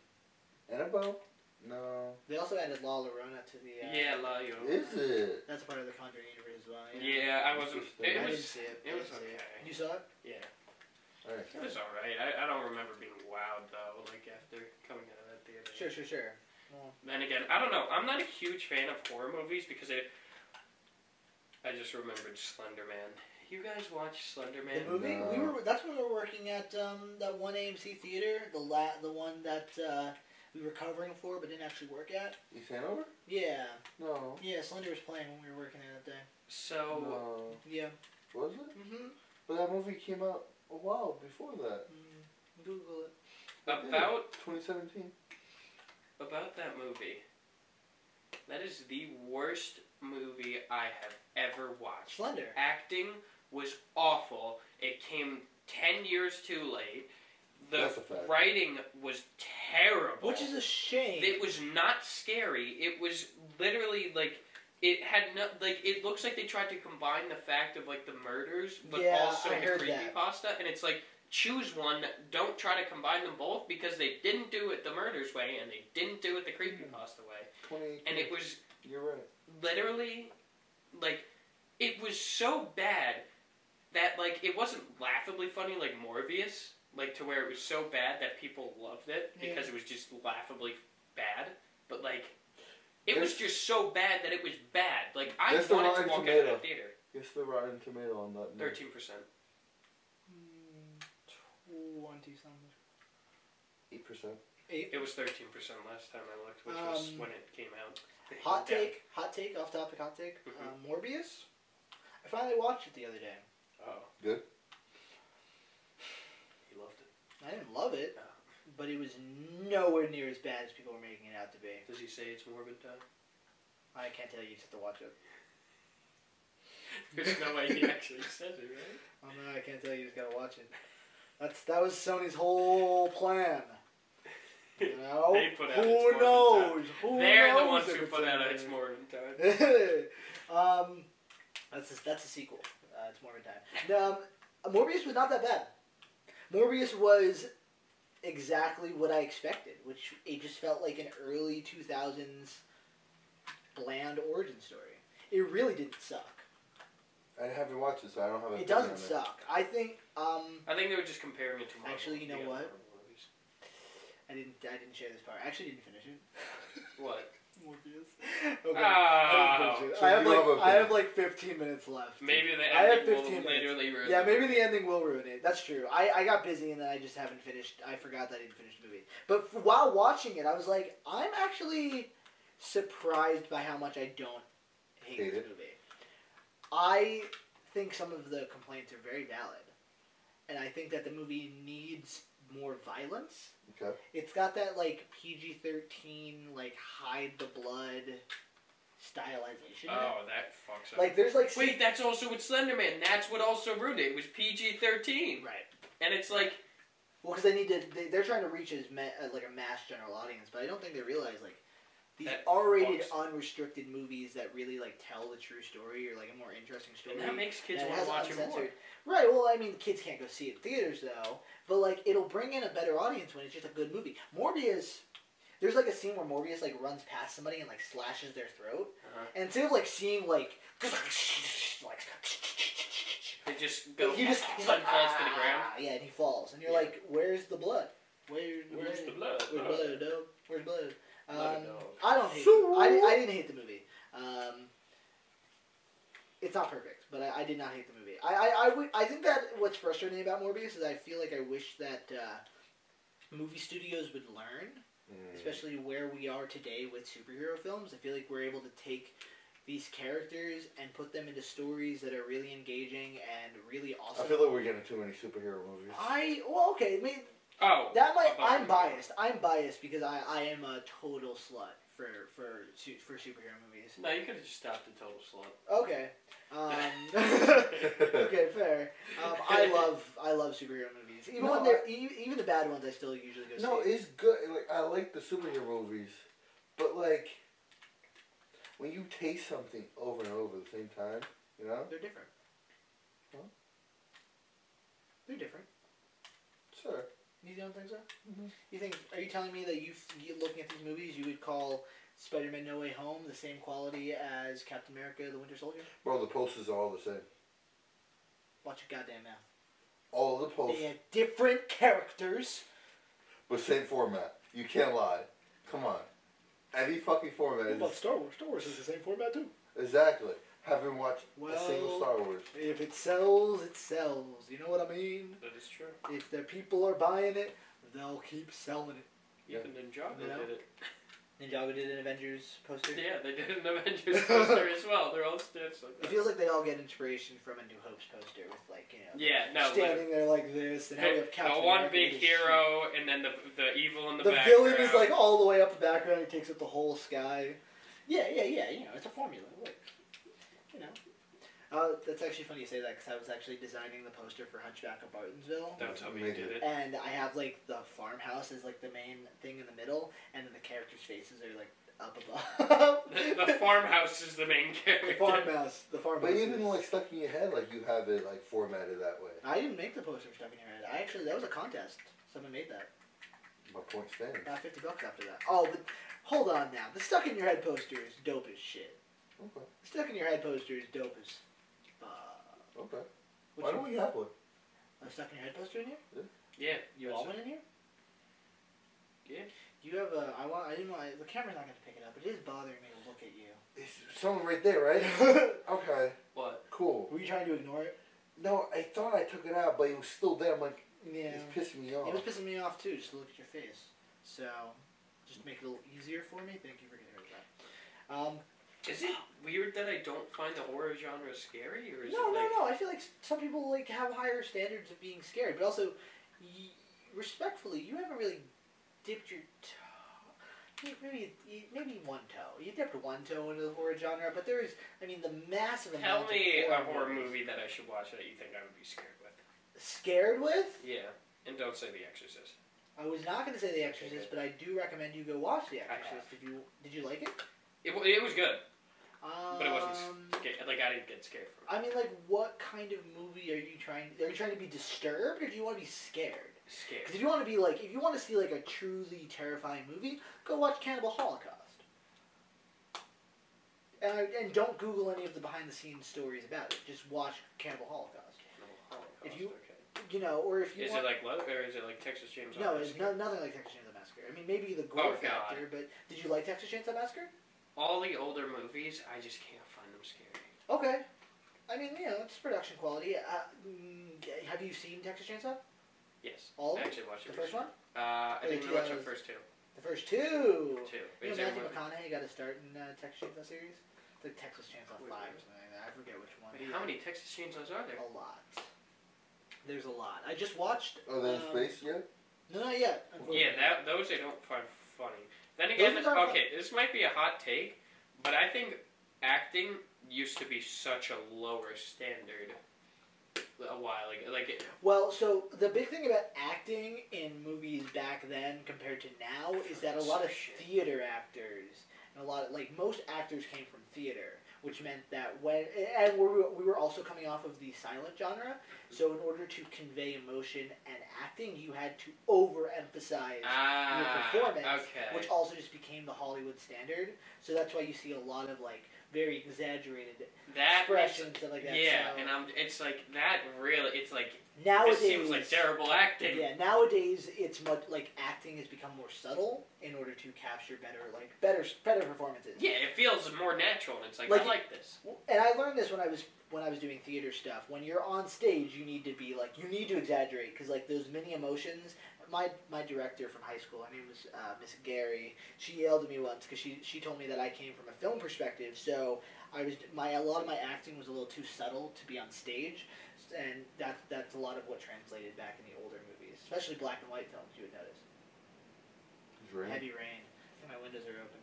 Annabelle? No.
They also added La Llorona to the. Uh,
Yeah, La Llorona.
Is it?
That's part of the Conjuring universe as well. Yeah.
Yeah, I wasn't.
I
It
didn't
was.
see it. I
It was
didn't see it.
okay.
You saw it?
Yeah.
Alright.
It was alright. I, I don't remember being wowed though, like after coming out of that theater.
Sure, sure, sure.
Then again, I don't know. I'm not a huge fan of horror movies because I I just remembered Slender Man. You guys watch Slender Man?
The movie we
No.
were that's when we were working at um, that one AMC theater, the la- the one that uh, we were covering for but didn't actually work at.
East Hanover?
Yeah,
No.
yeah. Slender was playing when we were working there that day.
So
No.
Yeah.
Was it?
Mm-hmm.
But that movie came out a while before that.
Mm-hmm. Google it.
It did.
about
2017.
about that movie. That is the worst movie I have ever watched.
Slender.
Acting was awful. It came ten years too late. The
That's a fact.
writing was terrible.
Which is a shame.
It was not scary. It was literally like it had no like it looks like they tried to combine the fact of like the murders but
Yeah,
also
I
the
heard that.
creepypasta and it's like choose one, don't try to combine them both because they didn't do it the murders way and they didn't do it the
Mm.
creepypasta way.
2018.
And it was
You're right.
literally like it was so bad that like it wasn't laughably funny like Morbius, like to where it was so bad that people loved it because it was just laughably bad. But like it was just so bad that it was bad. Like I
That's the
wanted
Rotten
to walk out of
Tomato.
that theater.
It's the Rotten Tomato on that. note.
Thirteen percent.
Mm, Twenty something.
8%.
Eight.
It was thirteen percent last time I looked, which was
Um,
when it came out.
Hot
Yeah.
take, hot take, off topic, hot take.
Mhm.
Uh, Morbius. I finally watched it the other day.
Oh.
Good?
He loved it.
I didn't love it,
Oh.
but it was nowhere near as bad as people were making it out to be.
Does he say it's morbid time?
I can't tell you, you just have to watch it.
There's no way he actually says it, right?
Oh no, I can't tell you, you just gotta watch it. That's that was Sony's whole plan. You know,
They put out
who
It's Morning Time.
knows? Who
They're
knows
the ones
if
who
it's
put
in
out
there?
It's Morning Time.
um, that's a, that's a sequel. Uh, it's Morbid Time. Um, Morbius was not that bad. Morbius was exactly what I expected, which it just felt like an early two thousands bland origin story. It really didn't suck.
I haven't watched it, so I don't have. an
It
opinion
doesn't
on
suck. I think um,
I think they were just comparing it to Marvel.
Actually, you know
the other
what?
Marvel movies.
I didn't I didn't share this part. I actually didn't finish it.
What?
Morbius. Okay. I,
Oh,
didn't finish it.
So
I have
you have
like
a
I have
thing.
like fifteen minutes left.
maybe the
I have
ending will
15 minutes.
literally ruin
Yeah,
the
maybe
movie.
the ending will ruin it. That's true. I, I got busy and then I just haven't finished. I forgot that I didn't finish the movie. But f while watching it, I was like, I'm actually surprised by how much I don't hate,
Hate
this
it.
movie. I think some of the complaints are very valid, and I think that the movie needs more violence.
it. Okay.
It's got that like PG thirteen like hide the blood stylization. in it.
Oh, that fucks up.
Like there's like
Wait, that's also with Slenderman. That's what also ruined it. It was PG thirteen,
right.
and it's like
Well, because they need to, they, they're trying to reach as ma- uh, like a mass general audience, but I don't think they realize like these
That
R-rated,
fucks.
unrestricted movies that really like tell the true story or like a more interesting story.
and that makes kids
that
want
has
to watch it more.
uncensored- Right. Well, I mean, kids can't go see it in theaters though, but like it'll bring in a better audience when it's just a good movie. Morbius. There's like a scene where Morbius like runs past somebody and like slashes their throat,
Uh-huh.
and instead of like seeing like like
They just go. "Ah,
he just he's like
falls to the ground.
"Ah," Yeah, and he falls, and you're
Yeah.
like, where's the blood? Where,
Where's the blood?
Where's blood? Oh. dog? Where's blood?
Blood,
Um,
dog.
I don't hate. It. I, di- I didn't hate the movie. Um, it's not perfect, but I, I did not hate the movie. I, I, I, wi- I think that what's frustrating about Morbius is I feel like I wish that uh, movie studios would learn
Mm.
especially where we are today with superhero films. I feel like we're able to take these characters and put them into stories that are really engaging and really
I
awesome.
feel like we're getting too many superhero movies.
I well okay, I mean
Oh,
that might
above
I'm
you.
biased. I'm biased because I, I am a total slut for for su- for superhero movies.
No, you could have just stopped and told slut.
Okay. Um, okay, fair. Um, I love I love superhero movies. Even
No,
when they're e- even the bad ones, I still usually go.
No,
see.
it's good. Like I like the superhero movies, but like when you taste something over and over at the same time, you know.
they're different.
Huh?
They're different.
Sure.
You don't think so?
Mhm.
You think? Are you telling me that you, you looking at these movies, you would call Spider-Man: No Way Home the same quality as Captain America: The Winter Soldier?
Bro, the posters are all the same.
Watch your goddamn mouth.
All the posters,
They had different characters.
but same format. You can't lie. Come on. Every fucking format is
Star Wars? Star Wars is the same format too.
exactly. Haven't watched a single
Well-
Star Wars.
If it sells, it sells. You know what I mean?
That is true.
If the people are buying it, they'll keep selling it.
Yeah.
Even Ninjago
Yeah.
did it.
Ninjago did an Avengers poster.
Yeah, they did an Avengers poster as well. They're all stiffs like
It
that.
feels like they all get inspiration from a New Hope's poster with like you know
Yeah, no. literally.
standing there like this and how we have
The
Captain
one
America
big
with his
hero, and then the the evil in the,
the
background.
villain is like all the way up the background. He takes up the whole sky. Yeah, yeah, yeah. You know, it's a formula. Look, you know. Uh, that's actually funny you say that because I was actually designing the poster for Hunchback of Bartonsville,
Don't tell me you did it.
and I have like the farmhouse is like the main thing in the middle, and then the characters' faces are like up above.
The, the farmhouse is the main
The
character.
farmhouse. The farmhouse.
But even
is-
like stuck in your head, like you have it like formatted that way.
I didn't make the poster for Stuck in Your Head. I actually that was a contest. Someone made that.
My point stands.
Got fifty bucks after that. Oh, but hold on now. The Stuck in Your Head poster is dope as shit.
Okay.
Stuck in your head poster is dope as. Uh,
Okay.
what
Why
you-
don't we have one?
a stuck in your head poster in here?
Yeah,
You all went in here?
Yeah.
You have a. I want. I didn't want. The camera's not gonna pick it up. It is bothering me to look at you.
It's someone right there, right? okay.
What?
Cool.
Were you trying to ignore it?
No, I thought I took it out, but it was still there. I'm like,
Yeah.
it's oh. pissing me off.
It was pissing me off too. Just to look at your face. So, just to make it a little easier for me. Thank you for getting rid of that. Um,
Is it weird that I don't find the horror genre scary, or is
no,
it
no,
like
no. I feel like s- some people like have higher standards of being scared, but also, y- respectfully, you haven't really dipped your toe. y- Maybe y- maybe one toe. You dipped one toe into the horror genre, but there is, I mean, the massive
Tell
amount
me
of
a
horror
horror
movies.
movie that I should watch that you think I would be scared with.
Scared with?
Yeah. And don't say The Exorcist.
I was not going to say The Exorcist, but I do recommend you go watch The
have.
Exorcist. Did you did you like it?
It, wa- it was good,
Um,
but it wasn't scared. Like I didn't get scared from it.
I mean, like, what kind of movie are you trying? Are you trying to be disturbed, or do you want to be scared? Because
Scared.
if you want to be like, if you want to see like a truly terrifying movie, go watch Cannibal Holocaust. And, I- and don't Google any of the behind the scenes stories about it. Just watch Cannibal Holocaust. If you-
oh, okay.
You know, or if you
is
want,
it like Leather, or is it like Texas Chainsaw?
no,
Massacre?
it's no, nothing like Texas Chainsaw Massacre. I mean, maybe the gore
Oh, God.
factor, but did you like Texas Chainsaw Massacre?
All the older movies, I just can't find them scary.
Okay. I mean, you know, it's production quality. Uh, mm, have you seen Texas Chainsaw?
Yes.
All
I
of
actually watched
The
it
first
recently.
one?
Uh, I
Or
think
the
we watched the
2000s?
first two.
The first two.
Two.
You know,
Is there
Matthew
one-
McConaughey got a start in uh, Texas Chainsaw series. It's like Texas Chainsaw
Wait,
Five
wait.
or something like that. I forget which one.
Wait, how many Texas Chainsaws are there?
A lot. There's a lot. I just watched.
Are they Oh, in
um,
space yet?
No, not yet.
Oh, Yeah, that those I don't find funny. Then again,
Those
okay,
are kinda
this might be a hot take, but I think acting used to be such a lower standard a while ago. Like, it-
Well, so the big thing about acting in movies back then compared to now is that a lot of theater actors and a lot of like most actors came from theater, which meant that when and we were, we were also coming off of the silent genre. So in order to convey emotion and acting, you had to overemphasize
ah,
performance,
okay.
which also just became the Hollywood standard. So that's why you see a lot of like very exaggerated
that
expressions and stuff like that.
yeah,
so
and I'm. It's like that. Really, it's like it
nowadays
seems like terrible acting.
Yeah, nowadays it's much like acting has become more subtle in order to capture better like better better performances.
Yeah, it feels more natural, and it's like,
Like-
I like this.
And I learned this when I was when I was doing theater stuff. When you're on stage, you need to be like you need to exaggerate because like those mini emotions. My my director from high school, her name was uh, Miss Gary. She yelled at me once because she she told me that I came from a film perspective, so I was my a lot of my acting was a little too subtle to be on stage, and that that's a lot of what translated back in the older movies, especially black and white films. You would notice
It's raining.
heavy rain. I think my windows are open.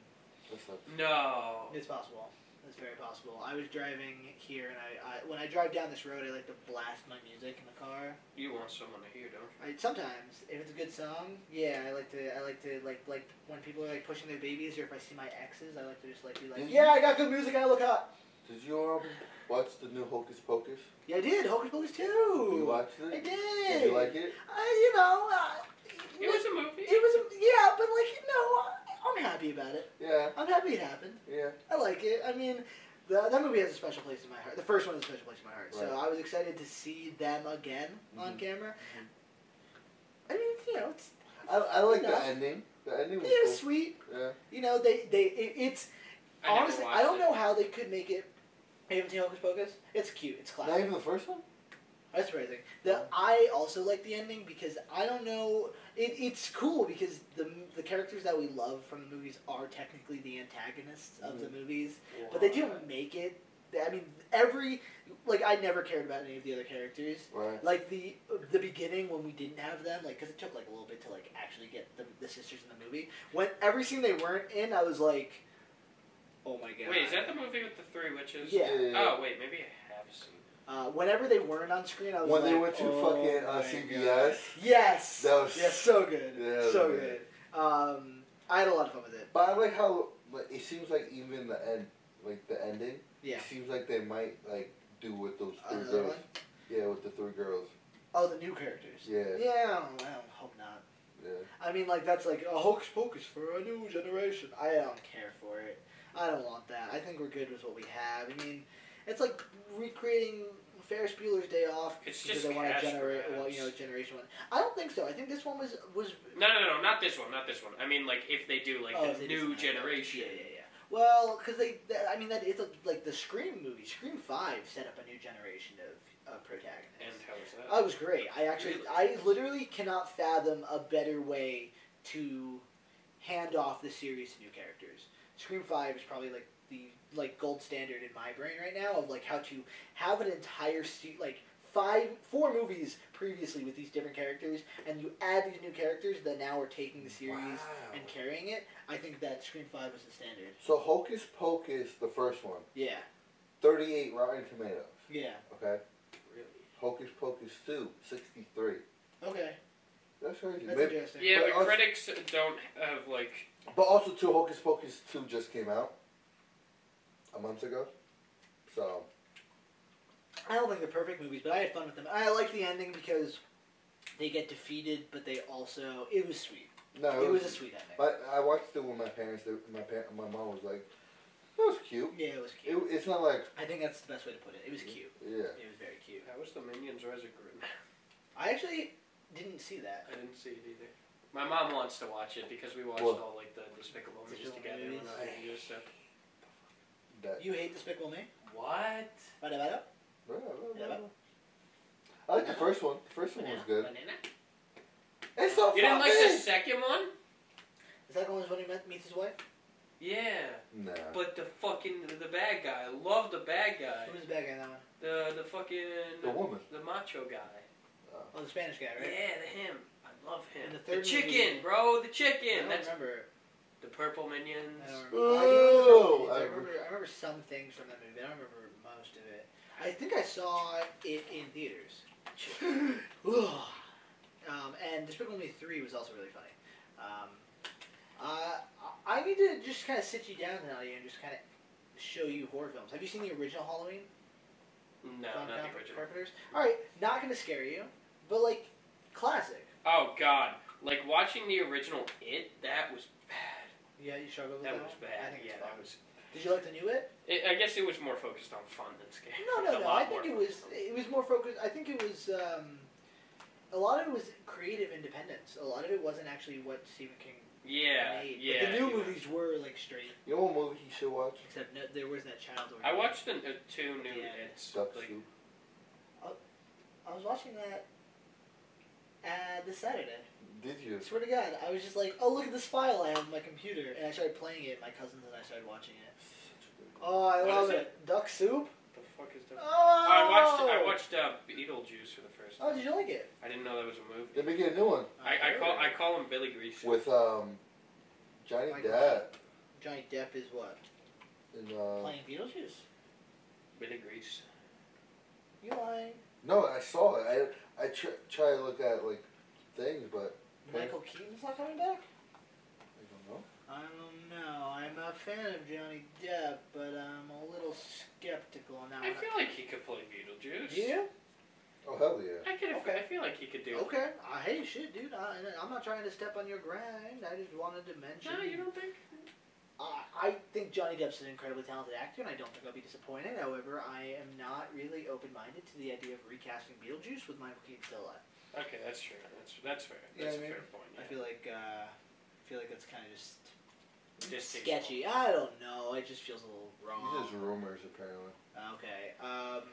That's not-
No.
It's possible. It's very possible. I was driving here, and I, I when I drive down this road, I like to blast my music in the car.
You want someone to hear, don't
I, sometimes, if it's a good song, yeah, I like to. I like to like like when people are like pushing their babies, or if I see my exes, I like to just like be like,
Mhm.
yeah, I got good music, and I look hot.
Did you um, watch the new Hocus Pocus?
Yeah, I did. Hocus Pocus too.
Did you watch it?
I did.
Did you like it?
I, you know, uh,
you? It was a movie.
It was. Yeah, but like you know, I, I'm happy about it.
Yeah,
I'm happy it happened.
yeah.
I like it. I mean, the, that movie has a special place in my heart. The first one has a special place in my heart. So
Right.
I was excited to see them again on
Mhm.
camera.
Mhm.
I mean, you know, it's
I, I like
Yeah.
the ending. The ending
it
Mm-hmm. was
was sweet.
cool. Yeah.
You know, they they it, it's
I never
honestly
watched
I don't
it.
know how they could make it. Have you haven't seen Hocus Pocus? It's cute. It's
Not
classic.
even the first one?
That's amazing. The I also like the ending because I don't know. It, it's cool because the the characters that we love from the movies are technically the antagonists of
Mm-hmm.
the movies. But they do make it. I mean, every like I never cared about any of the other characters.
Right.
Like the the beginning when we didn't have them, like because it took like a little bit to like actually get the, the sisters in the movie. When every scene they weren't in, I was like, oh my god.
Wait, is that the movie with the three witches?
Yeah.
Oh wait, maybe I have seen. it.
Uh, whenever they weren't on screen, I was
When
like,
they went to
oh
fucking uh,
my
CBS.
God. Yes.
That was-
yeah, so good.
Yeah, that was
so good.
good.
Um, I had a lot of fun with it.
But I like how like, it seems like even the end, like the ending,
Yeah.
it seems like they might like do with those three
Another
girls.
one?
Yeah, with the three girls.
Oh, the new characters.
Yeah.
Yeah. I don't, I don't hope not.
Yeah.
I mean, like that's like a hocus pocus for a new generation. I don't care for it. I don't want that. I think we're good with what we have. I mean, it's like recreating Ferris Bueller's Day Off
It's
because
just
I want to
cash
generate,
grabs.
well, you know, generation one. I don't think so. I think this one was was
No, no, no, not this one, not this one. I mean, like if they do like
oh,
the
they
new
just-
generation.
Yeah, yeah, yeah. Well, because they, that- I mean, that it's a, like the Scream movie. Scream Five set up a new generation of uh, protagonists.
And how is that?
I Oh, was great. I actually,
Really?
I literally cannot fathom a better way to hand off the series to new characters. Scream Five is probably like the like gold standard in my brain right now of like how to have an entire se- like five four movies previously with these different characters, and you add these new characters that now are taking the series
Wow.
and carrying it. I think that Scream Five was the standard.
So Hocus Pocus, the first one,
Yeah,
38 Rotten Tomatoes.
yeah,
Okay.
Really?
Hocus Pocus 2, 63.
okay.
crazy.
That's
Maybe-
interesting.
Yeah,
But
but,
also-
critics don't have like.
But also, too, Hocus Pocus 2 just came out a month ago. So,
I don't think they're perfect movies, but I had fun with them. I like the ending because they get defeated, but they also it was sweet.
no.
It was a sweet ending.
But I watched it with my parents. They, my, par- my mom was like, that was cute.
Yeah, it was
It,
cute.
it's not like,
I think that's the best way to put it. It was cute.
yeah.
It was very cute.
How was the Minions Rise of Grim?
I actually didn't see that.
I didn't see it either. My mom wants to watch it because we watched
What?
all like the Despicable Me
Despicable
together
Me.
when I was younger. So.
That.
You hate Despicable Me?
What?
Bada bada?
blah, blah, blah,
Yeah.
blah. I like the first one. The first one was good. It's so
You didn't like the
fucking-
second one?
Is that the one when he met, meets his wife?
Yeah,
Nah.
but the fucking the bad guy. I love the bad guy.
Who was the bad guy in that one?
The the fucking
The woman.
the macho guy.
Oh, the Spanish guy, right?
Yeah, the him. I love him.
And the
the,
third
chicken,
movie-
bro. The
I
chicken.
don't
That's
remember.
the purple minions.
I don't remember. I do
Ooh,
remember
I
I,
re-
remember, I remember some things from that movie. I don't remember most of it. I think I saw it in theaters. um, and Despicable Me 3 was also really funny. Um, uh, I- I need to just kind of sit you down now and just kind of show you horror films. Have you seen the original Halloween?
No,
John
not the
Carp-
original.
Carpenter's? Alright, not going to scare you, but like, classic.
Oh god, like watching the original It. That was bad.
Yeah, you struggled with that?
That was
one? I
bad.
think
Yeah,
it's
that
fun.
was.
Did you like the new it?
It, I guess it was more focused on fun than scary.
No, no,
A
no.
lot
I think
more
it was
focused on-
it was more focused. I think it was um, a lot of it was creative independence. A lot of it wasn't actually what Stephen King
Yeah,
made.
yeah.
but the new
yeah.
movies were like straight,
You know what movie you should watch?
except no, there wasn't that child. or-
I watched the uh, two new
Yeah.
hits.
Duck
like,
Soup.
I was watching that. Uh, this Saturday.
Did you?
I swear to God, I was just like, oh, look at this file I have on my computer. And I started playing it, my cousins and I started watching it. Oh, I
What
love
is
it. Duck Soup?
the fuck is that?
Oh!
I watched I watched uh, Beetlejuice for the first
Oh,
time.
did you like it?
I didn't know that was a movie.
They may get a new one
I, I call I call him Billy Grease.
with um, Johnny
Michael
Depp
Johnny Depp is what?
and uh,
Playing Beetlejuice.
Billy Grease.
You lying?
no, I saw it. I I tr- try to look at like things, but Right.
Michael Keaton's not coming back?
I don't know.
I don't know. I'm a fan of Johnny Depp, but I'm a little skeptical now.
I feel like he could play Beetlejuice.
you?
Oh hell yeah!
I could.
Okay.
I feel like he could do it.
Okay. Uh, hey, shit, dude. I, I'm not trying to step on your grind. I just wanted to mention.
No, you don't think?
I, I think Johnny Depp's an incredibly talented actor, and I don't think I'll be disappointed. However, I am not really open-minded to the idea of recasting Beetlejuice with Michael Keaton still alive.
Okay, that's true. That's that's fair.
Yeah, I
That's
mean-
a fair point.
I
Yeah.
feel like uh, I feel like that's kind of just
Distasteful.
sketchy. I don't know. It just feels a little wrong.
These are rumors apparently.
Okay. Um,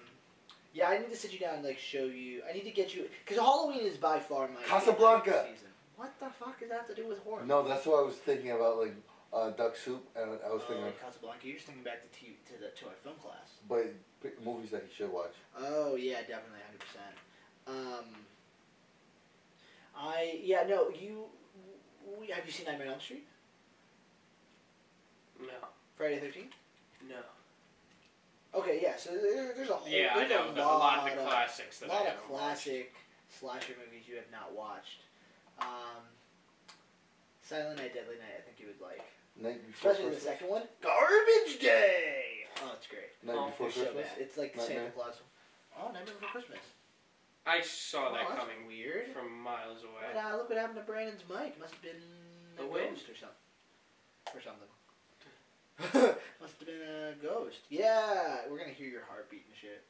yeah, I need to sit you down and like show you. I need to get you because Halloween is by far my favorite
Casablanca.
Season. What the fuck does that have to do with horror?
No, that's what I was thinking about, like uh, Duck Soup, and I was
Oh,
thinking,
Casablanca. You're just thinking back to t- to the to our film class.
but pick movies that you should watch.
Oh yeah, definitely, hundred percent. Um, I yeah no you. We, have you seen Nightmare on Elm Street?
No,
Friday Thirteenth.
no.
Okay, yeah. So there, there's a whole
Yeah, I
there's
know
a,
the-
lot
a lot of the
a
classics that
lot
I
of
haven't watched.
classic slasher movies you have not watched. Um, Silent Night, Deadly Night. I think you would like,
Night before
especially the
Christmas.
second one, Garbage Day. Oh, it's great.
Night
Oh,
before
it's so
Christmas.
bad. It's like
Nightmare.
Santa Claus. Oh, Nightmare Before Christmas.
I
Oh,
saw that
that's
coming
weird.
from miles
But,
away.
uh, look what happened to Brandon's mic. Must have been a
The wind?
ghost or something. Or something. Must have been a ghost. Yeah, we're gonna hear your heartbeat and shit.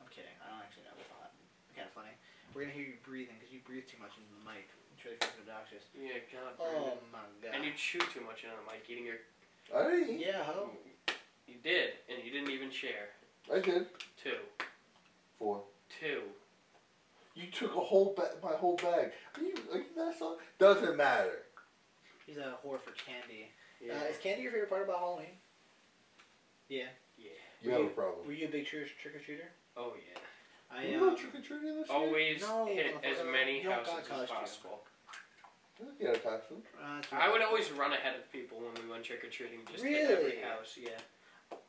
I'm kidding. I don't actually know. That's not kind of funny. We're gonna hear you breathing because you breathe too much into the mic. It's really fucking obnoxious.
Yeah, God.
Oh
Brandon.
my
And you
god.
chew too much on the mic, eating your.
I didn't eat.
Yeah, ho.
You did, and you didn't even share.
I did
Two,
four.
two.
You took a whole ba- my whole bag. Are you, are you that song? Doesn't matter.
He's a whore for candy.
Yeah.
Uh, is candy your favorite part about Halloween? Yeah.
yeah.
You have a problem.
Were you a big trick trick or treater?
Oh yeah.
I
you
um,
go trick or treating this year?
Always
No,
hit as
motherfucker,
many
you don't got
houses as
costume.
possible.
You get a costume.
uh, it's
I would
weird.
always run ahead of people when we went trick or treating, just hit
Really?
every house. Yeah.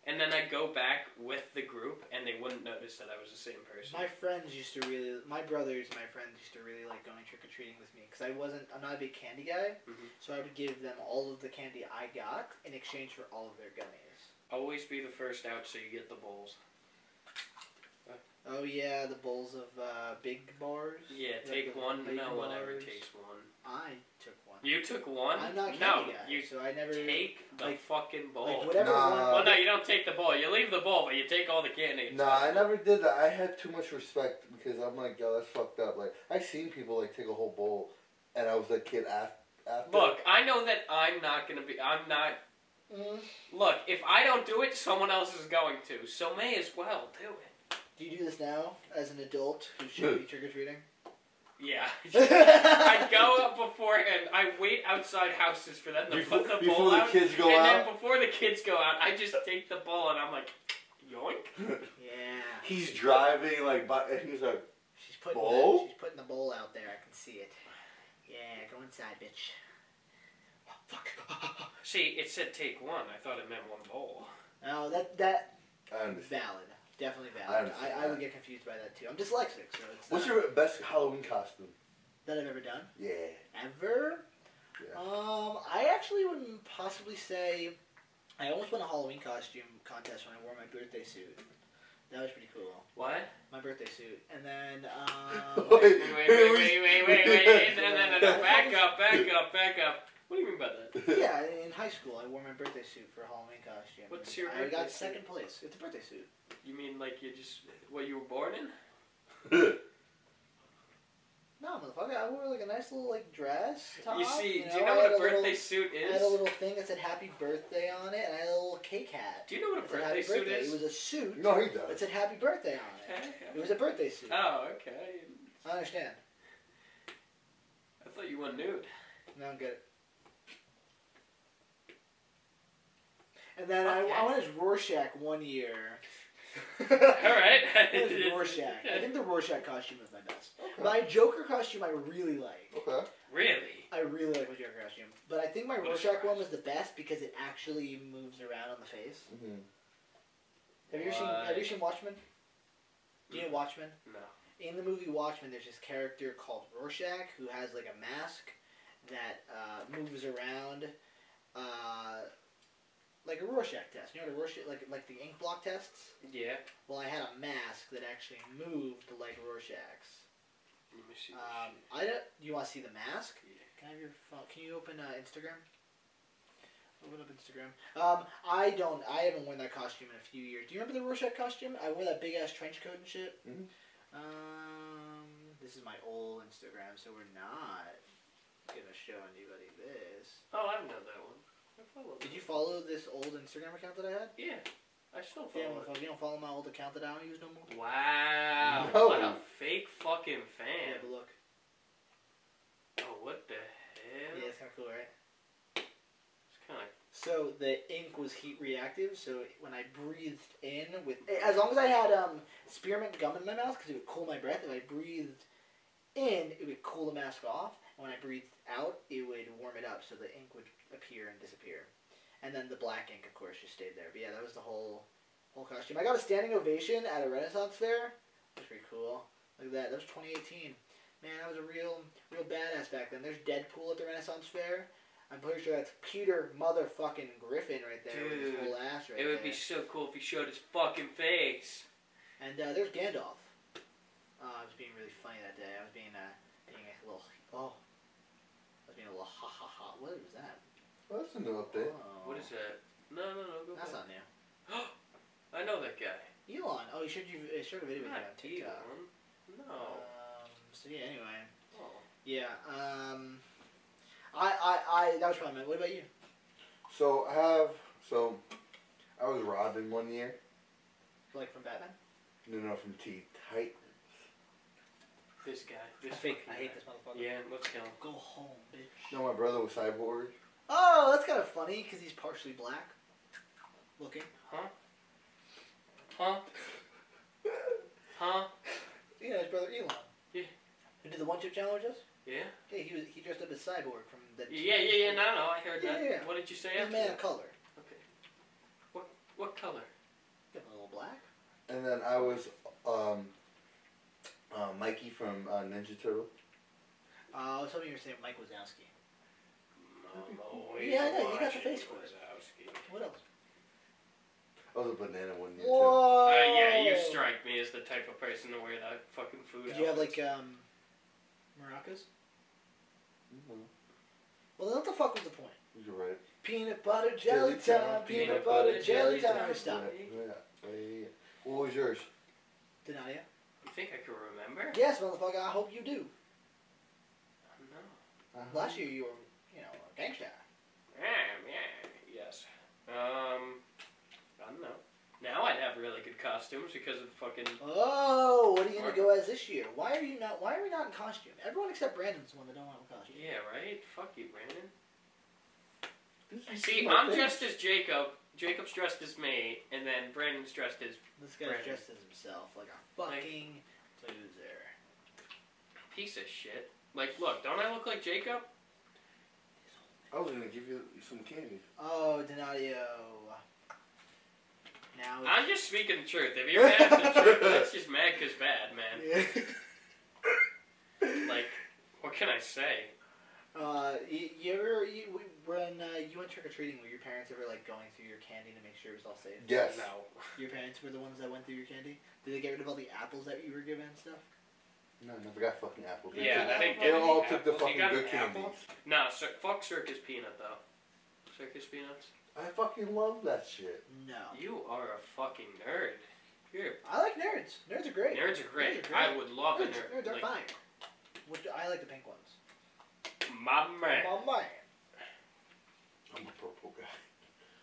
and then I go back with the group, and they wouldn't notice that I was the same person.
My friends used to really, my brothers, my friends used to really like going trick or treating with me because I wasn't, I'm not a big candy guy,
Mhm.
so I would give them all of the candy I got in exchange for all of their gummies.
Always be the first out, so you get the bowls.
Oh yeah, the bowls of uh, big bars.
Yeah,
Like
take
the
one.
big
No one ever
bars.
takes one.
I took one.
You took one.
I'm not a candy
no,
guy,
you
so I never
take the
like-
fucking bowl.
like Uh, whatever.
Nah.
One,
well, no, you don't take the bowl. You leave the bowl, but you take all the candy.
No, I never did that. I had too much respect because I'm like, yo, that's fucked up. Like, I seen people like take a whole bowl, and I was that kid after. after
Look, I know that I'm not gonna be. I'm not.
Mm.
Look, if I don't do it, someone else is going to. So may as well do it.
Do you do this now as an adult who should be trick or treating?
Yeah. I go up beforehand. I wait outside houses for them to
before,
put the
before
bowl
the
out,
kids go
and
out.
then before the kids go out, I just take the bowl and I'm like, yoink.
Yeah.
He's driving like, by, and he's like,
She's putting
Bowl?
The, she's putting the bowl out there. I can see it. Yeah, go inside, bitch. Oh, fuck.
See, it said take one. I thought it meant one bowl.
no, Oh, that that
I understand.
valid. Definitely
I
valid. I,
understand
I, would
that.
get confused by that too. I'm dyslexic, so it's
What's
not-
your best Halloween costume?
that I've ever done
Yeah.
ever.
Yeah.
Um, I actually would possibly say I almost won a Halloween costume contest when I wore my birthday suit. That was pretty cool.
What?
My birthday suit, and then um,
Wait,
Wait, wait, wait, wait, wait, wait, wait. No, no, no, no. Back up, back up, back up. What do you mean by that?
yeah, in high school I wore my birthday suit for a Halloween costume.
What's your
I
birthday
got
suit?
second place. It's a birthday suit.
You mean like you just what you were born in?
No, motherfucker, I wore like a nice little like dress top.
you see, do you
I
know what
had
a birthday
Little,
suit
I had a
is?
little thing that said "Happy Birthday" on it, and I had a little cake hat.
Do you know what
that
a
said "Happy
birthday suit
Birthday." It
is?
was a suit
No, he
that
does.
said "Happy Birthday" on it.
Okay.
It was a birthday suit.
Oh, okay.
I understand.
I thought you went nude.
No, I'm good. And then
Okay.
I, I went as Rorschach one year.
All right.
I went as Rorschach. I think the Rorschach costume was my best. My Joker costume I really like.
Okay.
Really?
I really like my Joker costume. But I think my
What a
Rorschach one
surprise.
was the best because it actually moves around on the face.
hmm
Have you ever seen
Right.
have you ever seen Watchmen? Do you know Watchmen?
No.
In the movie Watchmen, there's this character called Rorschach who has like a mask that uh, moves around, uh, like a Rorschach test. You know what a Rorschach like like the ink block tests.
Yeah.
Well, I had a mask that actually moved like Rorschach's.
Let me see.
Um, I don't. You want to see the mask?
Yeah.
Can I have your phone? Can you open uh, Instagram? Open up Instagram. Um, I don't. I haven't worn that costume in a few years. Do you remember the Rorschach costume? I wore that big ass trench coat and shit.
Mhm.
Um, this is my old Instagram, so we're not gonna show anybody this.
oh, I know that one. I follow
Did
it.
you follow this old Instagram account that I had?
Yeah. I still
Yeah,
follow
motherfucker, you don't follow my old account that I don't use no more.
it. Wow.
No.
What a fake fucking fan.
Yeah, but look.
Oh, what the
Yeah,
hell?
it's kind of cool, right?
It's kind of.
So the ink was heat reactive. So when I breathed in with, as long as I had um, spearmint gum in my mouth, because it would cool my breath. If I breathed in, it would cool the mask off. And when I breathed out, it would warm it up. So the ink would appear and disappear. And then the black ink, of course, just stayed there. But yeah, that was the whole whole costume. I got a standing ovation at a Renaissance fair. That was pretty cool. Look at that. That was 2018. Man, I was a real real badass back then. There's Deadpool at the Renaissance fair. I'm pretty sure that's Peter motherfucking Griffin right there with his
Dude,
whole ass right
It would
there.
be so cool if he showed his fucking face.
And uh, there's Gandalf. Uh, I was being really funny that day. I was being uh, being a little oh, I was being a little ha ha ha. What was that?
Well, that's a new update.
Oh,
What is that? No, no, no. Go
That's not
back.
new.
I know that guy.
Elon. Oh, he showed you he showed a video with you
Not
on TikTok.
Elon. Oh. No.
Um, so yeah. Anyway.
Oh.
Yeah. Um. I, I, I, that was probably my, what about you?
So I have. So I was Robin one year.
Like from Batman?
No, no, from T Tight.
This guy. This fucking
I hate
guy.
this motherfucker.
Yeah, let's kill him.
Go home, bitch.
No, my brother was Cyborg.
Oh, that's kind of funny because he's partially black looking.
Huh? Huh?
Yeah, his brother Elon.
Yeah.
Who did the one chip challenges?
Yeah.
Yeah, he was he dressed up as cyborg from the
Yeah, yeah, yeah. No, no. I heard
Yeah,
that.
yeah.
What did you say?
He's a
after
man
that?
of color.
What color?
Give him a little black.
And then I was um, uh, Mikey from uh, Ninja Turtle.
Uh, I was hoping you were saying Mike Wazowski.
I'm always
Yeah, I know, you got the
watching
face for it.
Wazowski.
What else?
I was a banana one. Ninja Turtle.
Whoa!
Uh, yeah, you strike me as the type of person to wear that fucking food.
Did you have
outfit.
like um, maracas?
Mhm.
Well, then what the fuck was the point?
You're right.
Peanut butter jelly time. Peanut butter jelly time. Stop.
Yeah, yeah, yeah. What was yours?
Denia.
You think I can remember?
Yes, motherfucker. I hope you do.
No.
Uh-huh.
Last year you were, you know, a gangster.
Yeah, yeah, Yes. Um, I don't know. Now I'd have really good costumes because of fucking.
Oh, what are you gonna go as this year? Why are you not? Why are we not in costume? Everyone except Brandon's the one that don't have a costume.
Yeah, right? Fuck you, Brandon.
This is
See,
my
I'm
face.
dressed as Jacob. Jacob's dressed as me, and then Brandon's dressed as
This guy's
Brandon.
dressed as himself like a fucking loser.
piece of shit. Like, look, don't I look like Jacob?
I was gonna give you some candy.
Oh, Donadio. Now. it's-
I'm just speaking the truth. If you're mad at the truth, that's just mad 'cause bad, man. Like, what can I say?
Uh, you, you ever you, we- when uh, you went trick or treating? Were your parents ever like going through your candy to make sure it was all safe?
Yes.
No.
Your parents were the ones that went through your candy. Did they get rid of all the apples that you were given and stuff?
No, I never got fucking apple. They
Yeah,
took-
I didn't
they
get
all
any
took the
apples. You
fucking
got
good
an
candies.
apple? Nah, cir- fuck Circus Peanut, though. Circus Peanuts?
I fucking love that shit.
No.
You are a fucking nerd. You're
I like nerds. Nerds are great.
Nerds are great.
Nerds are great.
I would love a
Nerds,
nerd.
nerds are
Like,
fine. What do- I like the pink ones.
my man.
Oh my!
I'm a purple guy.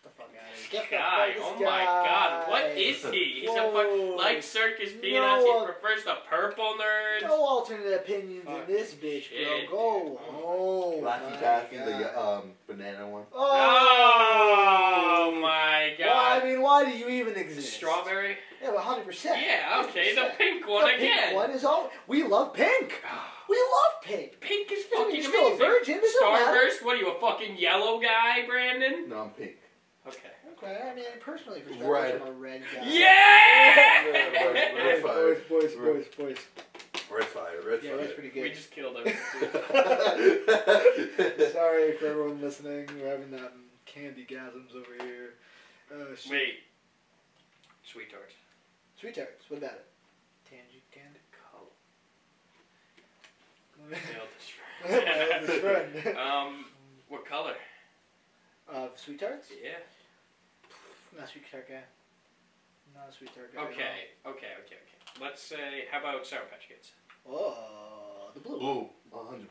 The fuck out of here. Get the
Guy,
fuck this
oh my
guy.
god, what is he? He's a
Whoa.
fuck like Circus Peanuts.
No, uh,
he prefers the purple nerds.
No alternate opinions in
Fuck
this bitch,
shit,
bro. Go
dude. Oh
home.
Laffy
my
Taffy,
God.
the um, banana one.
Oh.
Oh my god.
Well, I mean, why do you even exist?
Strawberry?
Yeah, one hundred percent.
Yeah, okay, the pink one again.
Pink one is all. We love pink. We love pink.
Pink
I
is
mean,
fucking
you're still a
amazing.
virgin, it don't matter.
Starburst? What are you, a fucking yellow guy, Brandon?
No, I'm pink.
Okay.
Okay, I mean, personally, for
Red.
Starburst, I'm a red guy.
Red
Yeah!
fire.
boys,
Red.
boys.
Red fire. Red
Yeah, that's pretty
we
good.
just killed him.
fire.
Sorry for everyone listening. We're having um, candy gasms over here. Uh, sh-
Wait. Sweetheart.
Sweet tarts. What about it? Tangy candy.
Call
My
my
oldest
eldest friend.
friend.
um, what color?
Of sweet tarts?
Yeah.
Not a sweet tart guy. Not a sweet tart guy. at all.
Okay, okay, okay, okay. Let's say, how about Sour Patch Kids?
Oh, the blue.
Blue. 100%. blue.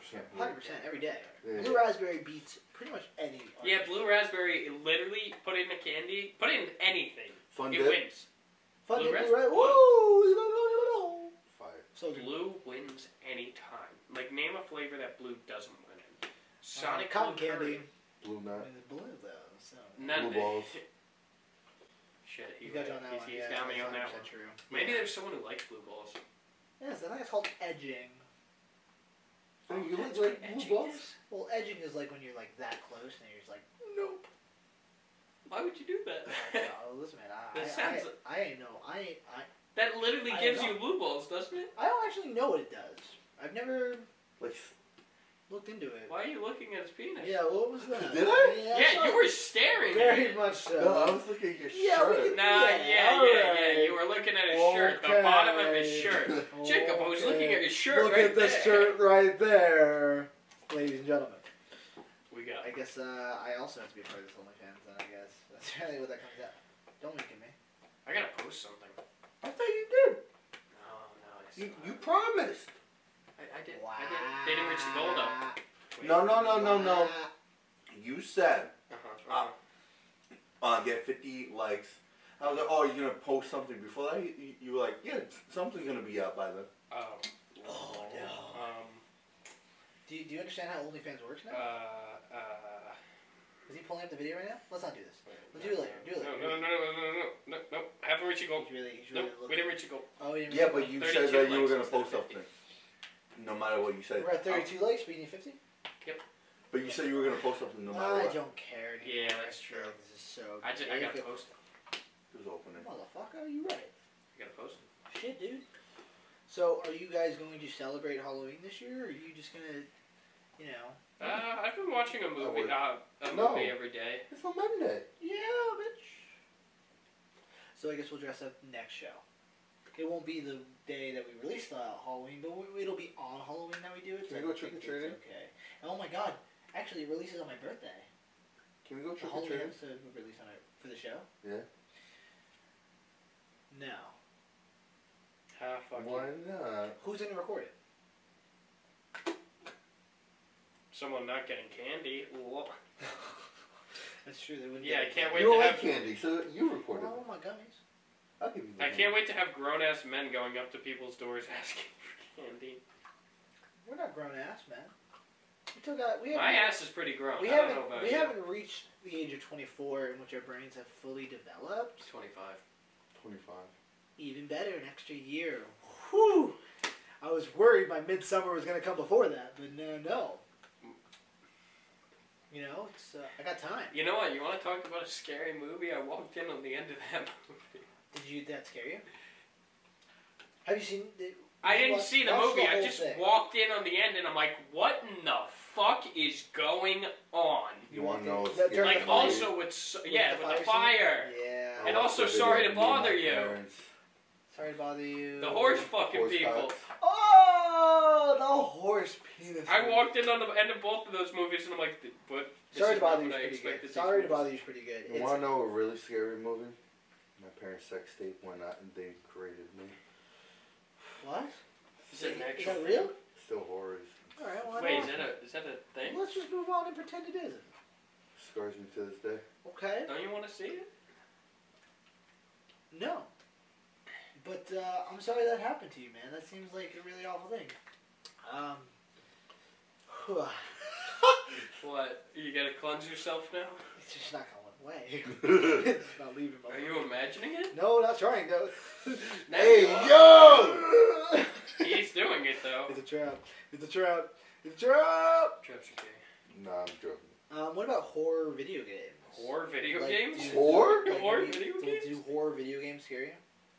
Hundred percent every day.
Yeah.
Blue raspberry beats pretty much any.
Yeah, blue raspberry, literally put it in a candy, put it in anything.
Fun
it
dip.
wins.
Fun
blue
blue
ras-
raspberry. Woo!
Fire.
So blue.
Blue wins any time. Like, name a flavor that blue doesn't win in. Sonic
Uh, cotton
blue
candy.
Curry. Mm.
Blue
I
nut.
mean, the blue though. So.
None
Blue balls.
Shit, he
You got you on that
he's,
one.
he's
yeah,
got me
that's
on that
100%
one.
True.
Maybe
yeah.
there's someone who likes blue balls.
Yes, I think it's called edging.
Oh, you
That's
like
what
blue
edging
balls?
is?
Well, edging is like when you're like that close and you're just like, nope.
Why would you do
Oh,
that?
listen, man, I,
That
I,
sounds-
I, I, ain't know. I, ain't, I,
that literally
I don't
gives
know.
you blue balls, doesn't it?
I don't actually know what it does. I've never
Like,
looked into it.
Why are you looking at his penis?
Yeah, what was that?
Did I?
Yeah,
Yeah,
saw
you were staring. at
very
it.
much so.
no, I was looking uh, at your
Yeah, we
shirt.
can-
Nah, yeah,
Yeah,
yeah, yeah,
alright.
You were looking at his shirt, the bottom of his shirt. Jacob, I was looking at his shirt
Look
right
at this
there.
shirt right there, ladies and gentlemen.
We got.
I guess uh, I also have to be a part of this OnlyFans, then I guess that's really what that comes out. Don't look at me.
I gotta post something.
I thought you did.
No, no. It's
You,
not.
you promised.
I, I did. I did. They didn't reach the goal though. Wait.
No, no, no, no, no.
Wow.
You said
Uh-huh.
Ah. uh, get 50 likes. I was like, oh, you're gonna post something before that? You, you- you were like, yeah, something's gonna be out by then.
Oh.
Oh, no.
Um.
Do you, do you understand how OnlyFans works
Uh.
now?
Uh.
Is he pulling up the video right now? Let's not do this.
wait,
We'll do it later, do it
No,
later.
no, no, no, no, no, no, no. Haven't reached the goal.
He's really, he's really
Nope, we
looking.
didn't reach the goal.
Oh, we didn't
Yeah, but
reach
you
32
said that you were
likes
gonna
instead of
post
50.
something. No matter what you said.
We're at 32 likes, but you need 50?
But you said you were gonna post something no matter
I
what.
don't care. dude.
Yeah, that's true.
This is so
I just I gotta
ridiculous.
post.
It was opening.
Motherfucker, you right.
You gotta post it.
Shit, dude. So, are you guys going to celebrate Halloween this year, or are you just gonna, you know? Mm-hmm.
Uh, I've been watching a
Oh,
movie,
would-
uh, a
No.
movie every day.
It's on Monday.
Yeah, bitch. So I guess we'll dress up next show. It won't be the day that we release the Halloween, but we- it'll be on Halloween that we do
Can
it. so
we go
I think it's
trick-or-treating?
Okay. Oh my god! Actually, it releases on my birthday.
Can we go
The
trick or
Halloween
treating?
episode will release on our, for the show.
Yeah.
No.
Ah, fuck
Why
you.
not?
Who's gonna record it?
Someone not getting candy. Wha-
That's true. They wouldn't.
Yeah, I can't wait
you don't
to
like
have.
candy, so you recorded
Oh
it.
my gummies.
I'll give you the
I
candy.
can't wait to have grown ass men going up to people's doors asking for candy.
We're not grown ass, man. We still got. We
My
haven't-
ass is pretty grown.
We
I don't know
haven't.
about
We
you.
haven't reached the age of twenty four in which our brains have fully developed.
25.
25.
Even better, an extra year. Whew! I was worried my midsummer was gonna come before that, but no, no. You know, it's uh, I got time.
You know what? You want to talk about a scary movie? I walked in on the end of that movie.
Did you that scare you? Have you seen? The,
I didn't
Watch-
see the
watch
movie. I
whole
just
thing.
walked in on the end and I'm like, what in the fuck is going on?
You want to know?
That
what's getting
during
Like,
the
behind you?
also, with, so, yeah,
the
with
fire
the fire.
I
Yeah.
And
watched
also
the video
sorry to
of me and my
bother you.
parents.
Sorry to bother you.
The horse fucking
Horse
people.
cocks.
Oh, the horse penis.
I walked in on the end of both of those movies and I'm like, but this
Sorry
is
to bother
not
you.
what I
Pretty
expected.
good.
these
Sorry to
movies.
bother you's pretty good.
You
It's-
want to know a really scary movie? My parents' sex tape went out and they created me.
What?
Is it an
Is
actual
that real?
Still horrors.
All right. Well, I
Wait,
don't-
is that a is that a thing?
Let's just move on and pretend it isn't.
Scars me to this day.
Okay.
Don't you want to see it?
No. But uh, I'm sorry that happened to you, man. That seems like a really awful thing. Um.
What? You gotta cleanse yourself now?
it's just not going away. it's not leaving my.
Are you imagining it?
No, not trying though.
hey, yo!
He's doing it though.
it's a trap. It's a trap. It's a trap.
Trips are gay.
nah, I'm joking.
Um, what about horror video games?
Horror video
Like,
games?
do-
Horror?
like,
Horror
do-
video
do-
games?
Do horror video games scare you?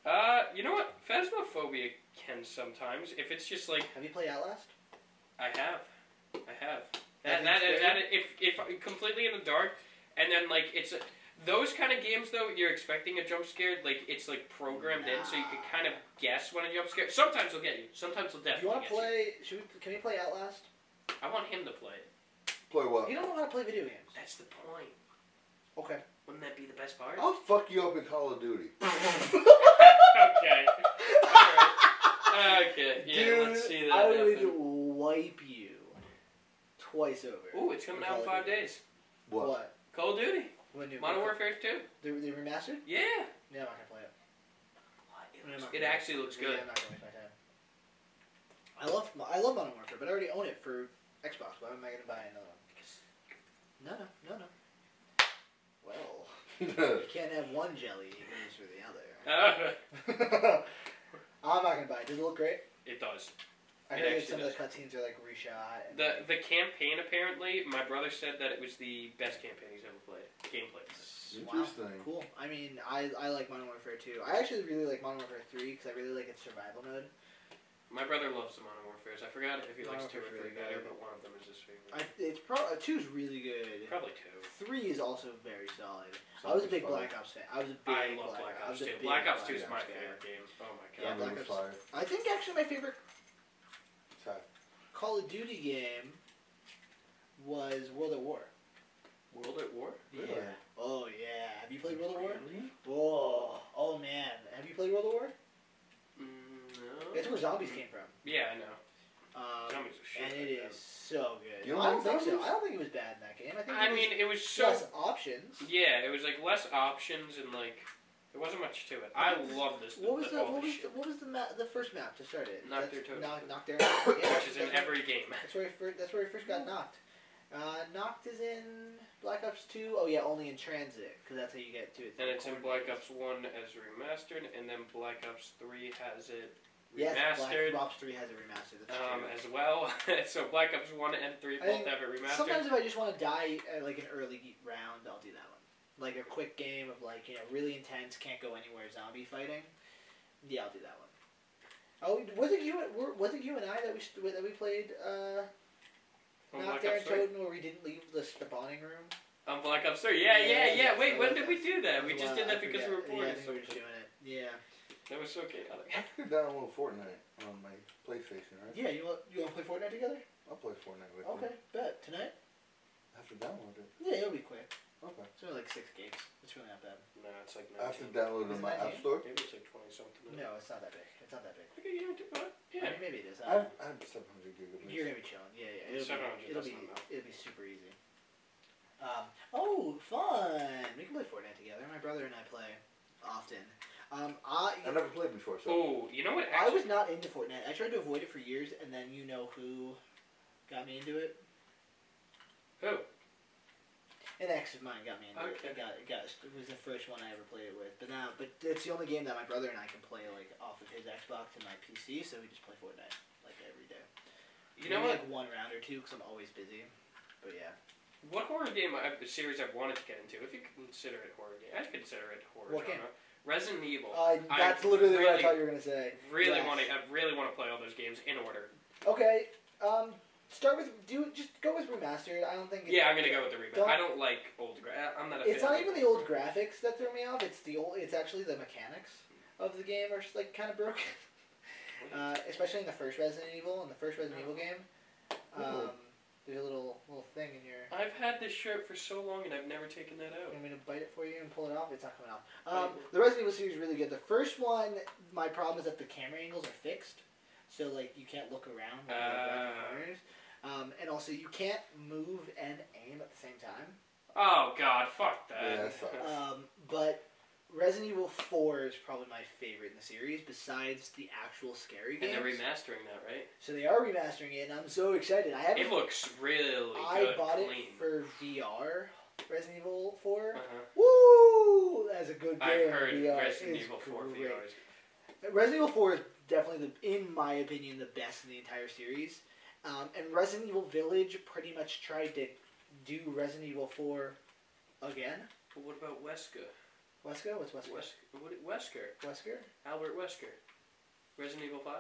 Uh, you know what? Phasmophobia can sometimes. If it's just like
Have you played Outlast?
I have, I have.
That
That that,
thing's
that, if if I'm completely in the dark, and then like it's those kind of games though you're expecting a jump scare like it's like programmed in so you can kind of guess when a jump scare. Sometimes they'll get you. Sometimes they'll
Do you
definitely.
want to
get you.
play? Should we? Can we play Outlast?
I want him to play it.
Play what?
You don't know how to play video games.
That's the point.
Okay.
Wouldn't that be the best part?
I'll fuck you up in Call of Duty.
okay. Alright. Okay. Yeah.
Dude,
let's see that.
I
happen.
would wipe you twice over.
Ooh, it's coming out in five days.
What?
What?
Call of Duty.
What new-
Modern Warfare 2.
They, they remastered?
Yeah.
Yeah, I'm not gonna play it. I'm not
It
gonna-
actually looks good.
Yeah, I'm not gonna waste my time. I love Mo- I love Modern Warfare, but I already own it for Xbox. Why am I gonna buy another one? No, no, no, no. Well, you can't have one jelly you can use for the other.
Uh,
I'm not gonna buy it. Does it look great?
it does.
I heard
It
that
actually
some of the cutscenes are like reshot. And
The
like,
the campaign apparently, my brother said that it was the best campaign he's ever played. Gameplay.
Wow,
Interesting.
cool. I mean, I, I like Modern Warfare 2. I actually really like Modern Warfare 3 because I really like its survival mode.
My brother loves the Modern Warfares. I forgot if he likes
Modern
two
Warfare's
or three
really
better,
good.
but one of them is his favorite.
I, it's pro, uh, 2 is really good.
Probably two.
3 is also very solid. I was a big
Sounds
Black Ops fan. I was a big
I love Black
I
Ops
was a
2.
big
Black Ops 2 is
Black
my
Ops fan.
favorite game. Oh my
Yeah,
Yeah,
god.
Black
Black Ops. Fire.
Ops. I think actually my favorite
Sorry.
Call of Duty game was World at War.
World at War?
Really?
Oh yeah. Have you played World at War?
Really?
Oh, oh man. Have you played World at War?
Mm, no.
It's where zombies came from.
Yeah, I know.
Um,
Zombies are shit.
and it
like
is so good.
You don't
I
like
don't think so.
zombies?
I don't think it was bad in that game. I
that.
think
I
it was
mean, it was so
plus options.
Yeah, it was like less options and like there wasn't much to it. I love this.
What was
th-
the
all
what
this
was the,
shit,
what was the, ma- the first map to start it?
Knock
That's-
Their Toes.
Knock, knock their toes. Yeah,
which is in
that's-
every game.
That's where he first, that's where he first got knocked. Uh, knocked is in Black Ops Two. Oh yeah, only in transit because that's how you get to it.
And it's in Black
Corners.
Ops One as remastered, and then Black Ops Three has it
Yes,
remastered
Black Ops Three has it remastered. That's true.
um, as well. so Black Ops One and Three
I
both
think
have it
uh,
remastered.
Sometimes if I just want to die at like an early round, I'll do that one. like a quick game of like you know really intense, can't go anywhere zombie fighting, yeah, I'll do that one. Oh, was it you? and- were- Was it you and I that we st- that we played uh,
On
Knock
Black
Down
Ops 3?
Toad, where we didn't leave the, the spawning room?
On Black Ops 3. Yeah, yeah,
Yeah,
yeah.
yeah,
Wait,
I
when
love
did
that.
we do that? We
That's
just
why
did
I
that because we
forget.
were bored.
Yeah, I
or
think we were just
something.
doing it. Yeah.
That was so chaotic.
I could download Fortnite on my PlayStation, right?
Yeah, you want you want to play Fortnite together?
Mm-hmm.
I'll play Fortnite with you.
Okay, bet tonight.
I have to download it.
Yeah, it'll be quick.
Okay.
It's only like six games. It's really not bad.
No, it's like
I have to
19.
download it
Isn't
on my
that
App
game?
Store.
Maybe it's like 20 something.
No, it's not that big. It's not that big.
Okay, you don't do what?
I
Mm-hmm. Yeah.
mean, maybe it is.
I
I
have,
don't
I have
know.
700 gigabytes.
You're gonna be chilling. Yeah, yeah. It'll be
Seven hundred,
it'll
that's
be,
not bad.
it'll be super easy. Um, oh, fun! We can play Fortnite together. My brother and I play often. Um, I
I never played before, so.
Oh, you know what?
I
Actually,
was not into Fortnite. I tried to avoid it for years, and then you know who got me into it.
Who?
An ex of mine got me into
Okay.
it. It Got, it got it was the first one I ever played it with. But now, but it's the only game that my brother and I can play like off of his Xbox and my PC. So we just play Fortnite like every day.
you know
Maybe,
what?
Like one round or two, because I'm always busy. But yeah.
What horror game I've, the series I've wanted to get into, if you consider it horror game, I'd consider it horror
What
genre. Resident Evil.
Uh,
Oh, I
that's literally what I
really-
thought you were gonna say.
Really
Yes.
want to. I really want to play all those games in order.
Okay. Um. Start with do just go with remastered. I don't think.
Yeah, I'm gonna go with the remake.
Don't-
I don't like old. Gra- I'm not a.
It's
fan
not
of
even the old graphics that threw me off. It's the old. It's actually the mechanics of the game are like kind of broken. Uh, especially in the first Resident Evil, in the first
Oh.
Resident Evil game, um, there's a little little thing in your.
I've had this shirt for so long and I've never taken that
You
out.
want me to bite it for you and pull it off? It's not coming off. Um, the Resident Evil series is really good. The first one, my problem is that the camera angles are fixed, so like you can't look around. When you're around the
Ah.
corners. Um, and also you can't move and aim at the same time.
Oh God, fuck that.
Yeah, that sucks.
Um, but Resident Evil Four is probably my favorite in the series, besides the actual scary
and
games.
they're remastering that, right?
so they are remastering it, and I'm so excited. I haven't.
It looks really
I
good.
bought
clean.
it for VR. Resident Evil Four.
Uh-huh.
Woo! That's a good game.
I've heard
VR.
Resident
It's
Evil 4
great.
VR is
Resident Evil 4 is definitely, the, in my opinion, the best in the entire series. Um, and Resident Evil Village pretty much tried to do Resident Evil 4 again.
But what about Wesker?
Wesker? What's Wesker?
Wesker. What, Wesker.
Wesker?
Albert Wesker. Resident Evil 5?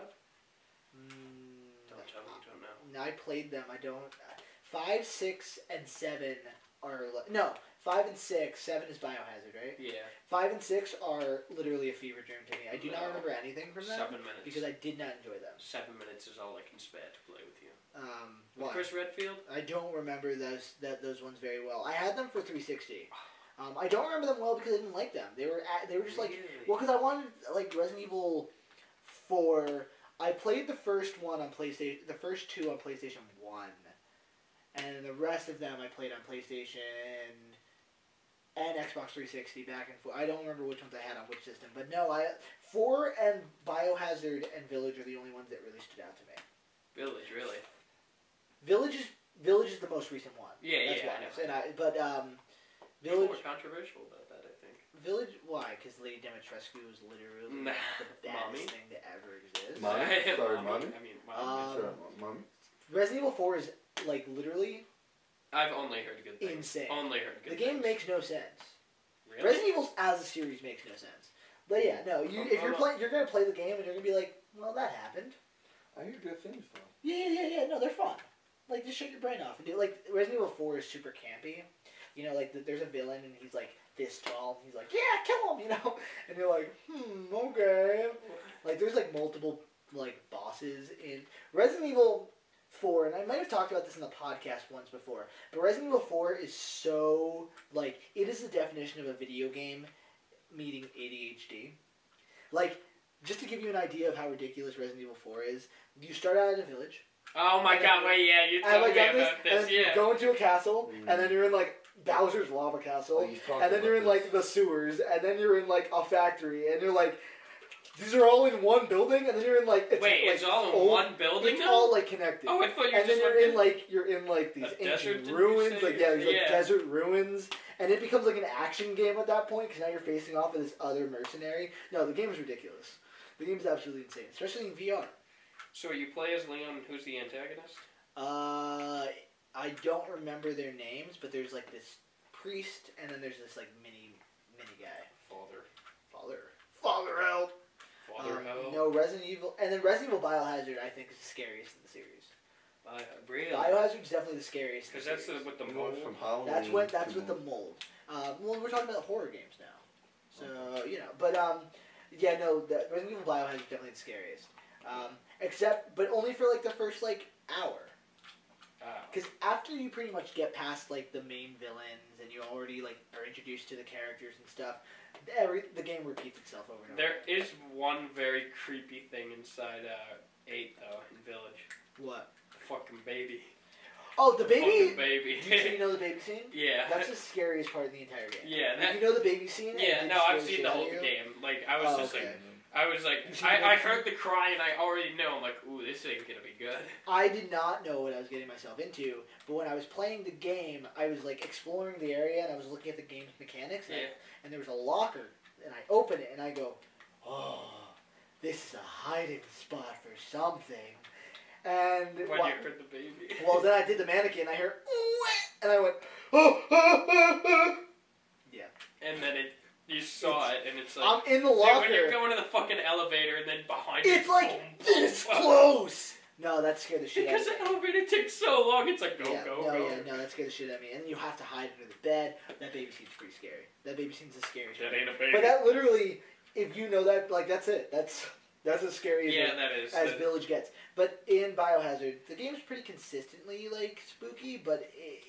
Mm,
Don't tell me you don't know.
no, I played them. I don't. Five, six, and seven are li- no. Five and six. Seven is Biohazard, right?
Yeah.
Five and six are literally a fever dream to me. I do not
No.
remember anything from them
Seven minutes.
because I did not enjoy them.
Seven minutes is all I can spare to play with you.
Um,
With
why?
Chris Redfield?
I don't remember those that those ones very well. I had them for 360. Um, I don't remember them well because I didn't like them. They were at, they were just like
Really?
well because I wanted like Resident Evil Four. I played the first one on PlayStation, the first two on PlayStation One, and the rest of them I played on PlayStation and Xbox 360 back and forth. I don't remember which ones I had on which system, but no, I Four and Biohazard and Village are the only ones that really stood out to me.
Village, really.
Village is Village is the most recent one.
Yeah,
That's
yeah,
why.
I know.
And I, but um,
People
Village,
were controversial about that, I think.
Village, why? Because Lady Dimitrescu was literally
Nah.
the best
Mommy.
thing to ever exist.
Mommy?
Sorry,
Sorry,
mommy.
mommy?
I mean,
Um,
mommy.
Sorry, Mom.
Resident Evil Four is like literally
I've only heard good things.
insane.
Only heard good
the game
things.
makes no sense.
Really?
Resident Evil as a series makes no sense. But yeah, no, you
Um,
if you're
um,
playing, you're gonna play the game and you're gonna be like, well, that happened.
I hear good things, though.
Yeah, yeah, yeah. No, they're fun. Like just shut your brain off and do like Resident Evil Four is super campy. You know, like th- there's a villain and he's like this tall and he's like, yeah, kill him, you know. And you're like, hmm, okay. Like there's like multiple like bosses in Resident Evil Four, and I might have talked about this in the podcast once before, but Resident Evil Four is so like it is the definition of a video game meeting ADHD. Like just to give you an idea of how ridiculous Resident Evil Four is, you start out in a village.
Oh my
and
god,
then-
wait, yeah, you
And
told
like
me
got this,
about
and
this,
then
yeah.
you go into a castle,
Mm. Oh,
and then you're in like Bowser's lava castle,
he's talking
Oh, and then
about
you're in
this.
like the sewers, and then you're in like a factory, and you're like, these are all in one building, and then you're in like it's,
wait,
like,
it's all in
old-
one building
It's
now?
all like connected.
oh, I thought you were
and then
just
you're
like
in like you're in like these
A desert,
ancient
didn't you
ruins,
say?
like yeah, there's, like
Yeah.
desert ruins, and it becomes like an action game at that point because now you're facing off with this other mercenary. No, the game is ridiculous. The game is absolutely insane, especially in VR.
So you play as Leon, and who's the antagonist?
Uh, I don't remember their names, but there's like this priest, and then there's this like mini mini guy.
Father.
Father. Father out.
Father
Um,
O.
No Resident Evil, and then Resident Evil Biohazard I think is the scariest in the series.
Bio. Uh, Really?
Biohazard's definitely the scariest. in
Because that's the,
series.
with the
You
mold.
went from Halloween.
that's what that's
to-
with the mold. Uh, well, we're talking about horror games now, so you know. But um, yeah, no, the Resident Evil Biohazard is definitely the scariest. Um, except, but only for like the first like hour,
Ah.
because after you pretty much get past like the main villains and you already like are introduced to the characters and stuff, every the game repeats itself over and over.
There is one very creepy thing inside uh, 8, though, in Village.
What?
The fucking baby.
Oh, the baby.
Fucking baby.
Do you, do you know the baby scene?
yeah.
That's the scariest part of the entire game.
yeah,
If
that,
you know the baby scene. and
yeah,
it
no,
scares
I've seen
shit
the
out of
whole
you?
game. Like, I was
Oh,
just like,
okay.
I was like, I, I heard the cry and I already know. I'm like, ooh, this ain't gonna be good.
I did not know what I was getting myself into, but when I was playing the game, I was like exploring the area and I was looking at the game's mechanics, and, I-
Yeah.
and there was a locker, and I open it and I go, oh, this is a hiding spot for something, and
When
wha-
you heard the baby.
well, then I did the mannequin, I heard, "Ooh," and I went, oh, oh, oh, oh.
and then it, you saw it, and it's like,
oh." I'm in the
dude, when you're
locker,
going to the fucking elevator, and then behind you,
it's like
boom, boom,
this
boom.
close. No, that scared the shit out of
Because
me.
the elevator takes so long. It's like, go,
yeah,
go,
no,
go.
yeah, no, that's gonna shit at me. And you have to hide under the bed. That baby scene's pretty scary. That baby scene's the scariest.
That
one.
ain't a baby.
But that literally, if you know that, like that's it. That's that's as scary as,
yeah, that is.
as
that-
Village gets. But in Biohazard, the game's pretty consistently like spooky. But it,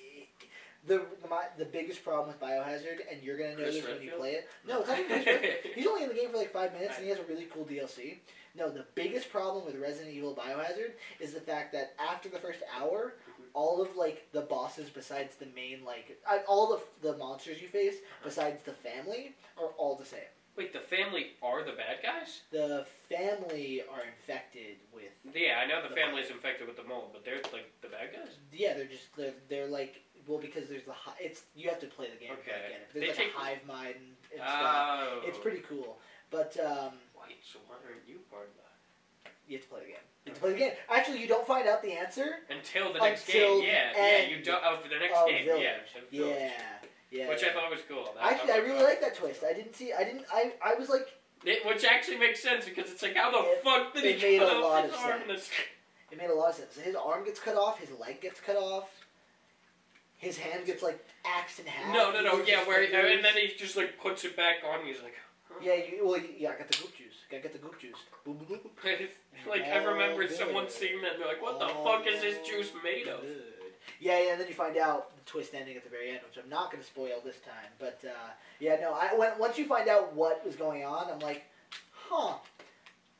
the my, the biggest problem with Biohazard, and you're gonna know
Chris
this when you
Redfield?
play it. No, it's not even Chris Redfield. He's only in the game for like five minutes, and he has a really cool DLC. No, the biggest problem with Resident Evil Biohazard is the fact that after the first hour,
Mm-hmm.
all of like the bosses besides the main like uh, all the the monsters you face besides the family are all the same.
Wait, the family are the bad guys?
The family are infected with
Yeah, I know the
The
family's infected with the mold, but they're like the bad guys.
yeah, they're just they're, they're like well because there's the hi- it's you have to play the game to
Okay.
get it.
They
There's like
take-
a hive mind and, and stuff.
Oh,
uh, It's pretty cool, but um,
Wait, so why aren't you part of that?
you have to play the game. You have to play the game. Actually, you don't find out the answer.
Until the next
Until
game, yeah,
the
yeah, you
end
don't. Oh, for the next
of
game,
Village.
yeah, of
Yeah,
Village.
yeah.
which
yeah.
I thought was cool. That-
Actually, I
I'm
really
glad.
like that twist. I didn't see. I didn't. I. I was like,
It, which actually makes sense because it's like, how the
It-
fuck did
it made
he cut
a
off
lot
his
of
arm?
sense.
in this-
it made a lot of sense. His arm gets cut off. His leg gets cut off. His hand gets like axed in half.
No, no,
He
no.
loses
Yeah,
his
where
fingers.
and then he just like puts it back on. He's like, huh.
Yeah, you, well, you, yeah, I got the goop juice. I got the goop juice. Boop, boop, boop.
like I remember
Oh,
someone
good.
seeing that and they're like, what the
Oh,
fuck is this juice made of?
Good. Yeah, yeah, and then you find out the twist ending at the very end, which I'm not going to spoil this time. But uh, yeah, no, I when, once you find out what was going on, I'm like, huh,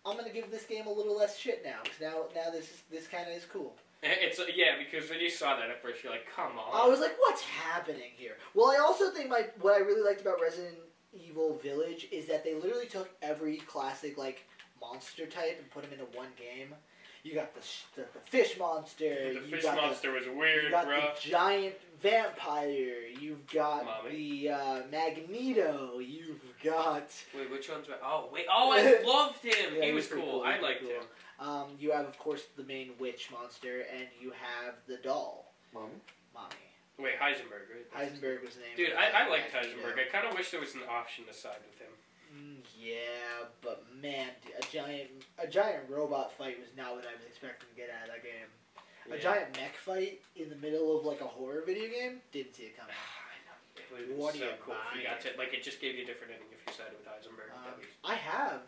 I'm going to give this game a little less shit now. 'cause now, now this is, this kind of is cool.
It's yeah, because when you saw that at first, you're like, come on.
I was like, what's happening here? Well, I also think my what I really liked about Resident Evil Village is that they literally took every classic like monster type and put them into one game. You got the sh- the, the fish monster.
the
you
fish
got the-
monster was
you
weird,
got
bro.
the giant vampire. You've got
Mommy.
the uh, Magneto. You've got
Wait, which one's? Oh, wait. Oh, I loved him.
Yeah,
he was
pretty
cool.
He
I
was
liked
pretty
him.
cool. Um, you have, of course, the main witch monster, and you have the doll,
Mom?
mommy.
Wait, Heisenberg, right?
Heisenberg was the name.
Dude,
of the
I, I
guy,
liked
yeah.
Heisenberg. I kind of wish there was an option to side with him.
Mm, Yeah, but man, d- a giant a giant robot fight was not what I was expecting to get out of that game. A
Yeah.
giant mech fight in the middle of like a horror video game didn't see it
Ah,
coming.
It would have been
What do
so
you
cool if you got
mind?
to like it just gave you a different ending if you sided with Heisenberg.
Um,
That'd be-
I have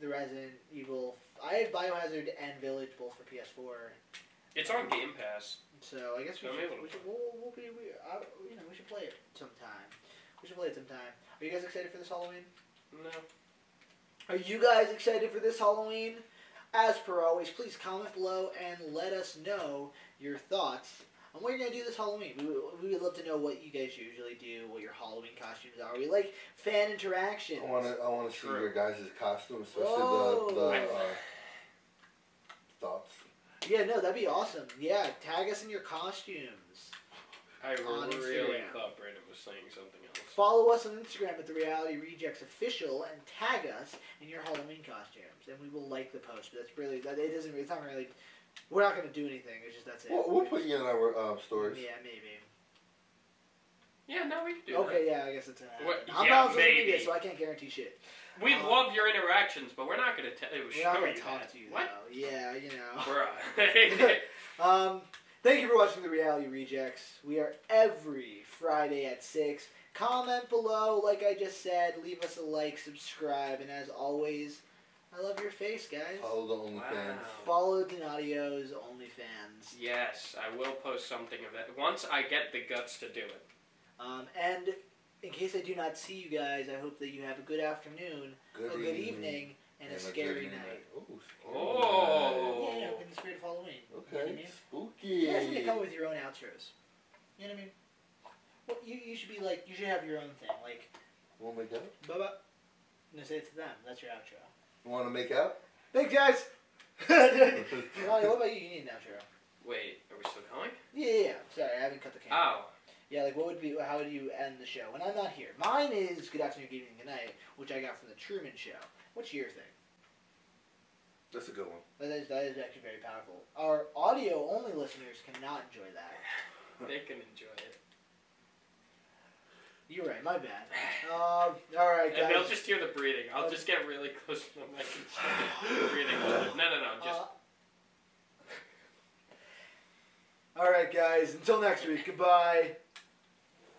the Resident Evil. I have Biohazard and Village both for PS4,
it's on Game Pass.
so I guess we
I'm
should.
able to
We should
play.
we'll, we'll be, we, I, you know, we should play it sometime. We should play it sometime. Are you guys excited for this Halloween?
No.
Are you guys excited for this Halloween? As per always, please comment below and let us know your thoughts on what you're gonna do this Halloween. We, would- we would love to know what you guys usually do, what your Halloween costumes are. We like fan interactions.
I want to I wanna see
True.
your guys' costumes, especially
Whoa.
the, the
I-
uh, thoughts.
Yeah, no, that'd be awesome. Yeah, tag us in your costumes.
I
On
really
Instagram.
thought Brandon was saying something else.
Follow us on Instagram at the Reality Rejects Official and tag us in your Halloween costumes, and we will like the post. But that's really that it doesn't. It's not really. We're not gonna do anything. It's just that's it.
uh, We'll, we'll put you in our um, stories.
Yeah, maybe.
Yeah, no, we can do
Okay, yeah, I guess it's an ad.
What-
I'm
yeah,
not on social media,
maybe.
so I can't guarantee shit.
that. We
Uh,
love your interactions, but we're not going to tell you.
We're not
show
gonna
you
talk
that.
to you though.
What?
Yeah, you know.
Bruh.
Um, thank you for watching the Reality Rejects. We are every Friday at six. Comment below, like I just said. Leave us a like, subscribe, and as always, I love your face, guys.
Follow the OnlyFans.
wow.
Follow Donatio's OnlyFans.
Yes, I will post something of it once I get the guts to do it.
Um, and in case I do not see you guys, I hope that you have a good afternoon, a good evening, and, a scary night.
Ooh, scary
Oh.
Yeah, you know, in the spirit of Halloween.
night.
You know what I
Okay.
mean?
Spooky.
You guys need to come up with your own outros. You know what I mean? Well, you, you should be like you should have your own thing. Like
Wanna make out?
Bubba. No, say it to them. That's your outro.
Wanna make out?
Thanks, guys. Molly, what about you? You need an outro.
Wait, are we still going?
Yeah, yeah, yeah. Sorry, I haven't cut the camera.
Oh,
Yeah, like what would be? How would you end the show when I'm not here? Mine is good afternoon, good evening, good night, which I got from the Truman Show. What's your thing?
That's a good one.
That is, that is actually very powerful. Our audio only listeners cannot enjoy that.
they can enjoy it.
You're right, my bad. Um, all right,
And they'll
guys.
just hear the breathing. I'll just get really close to the mic and show the breathing. No, no, no. Just
Uh, all right, guys. Until next week. Goodbye.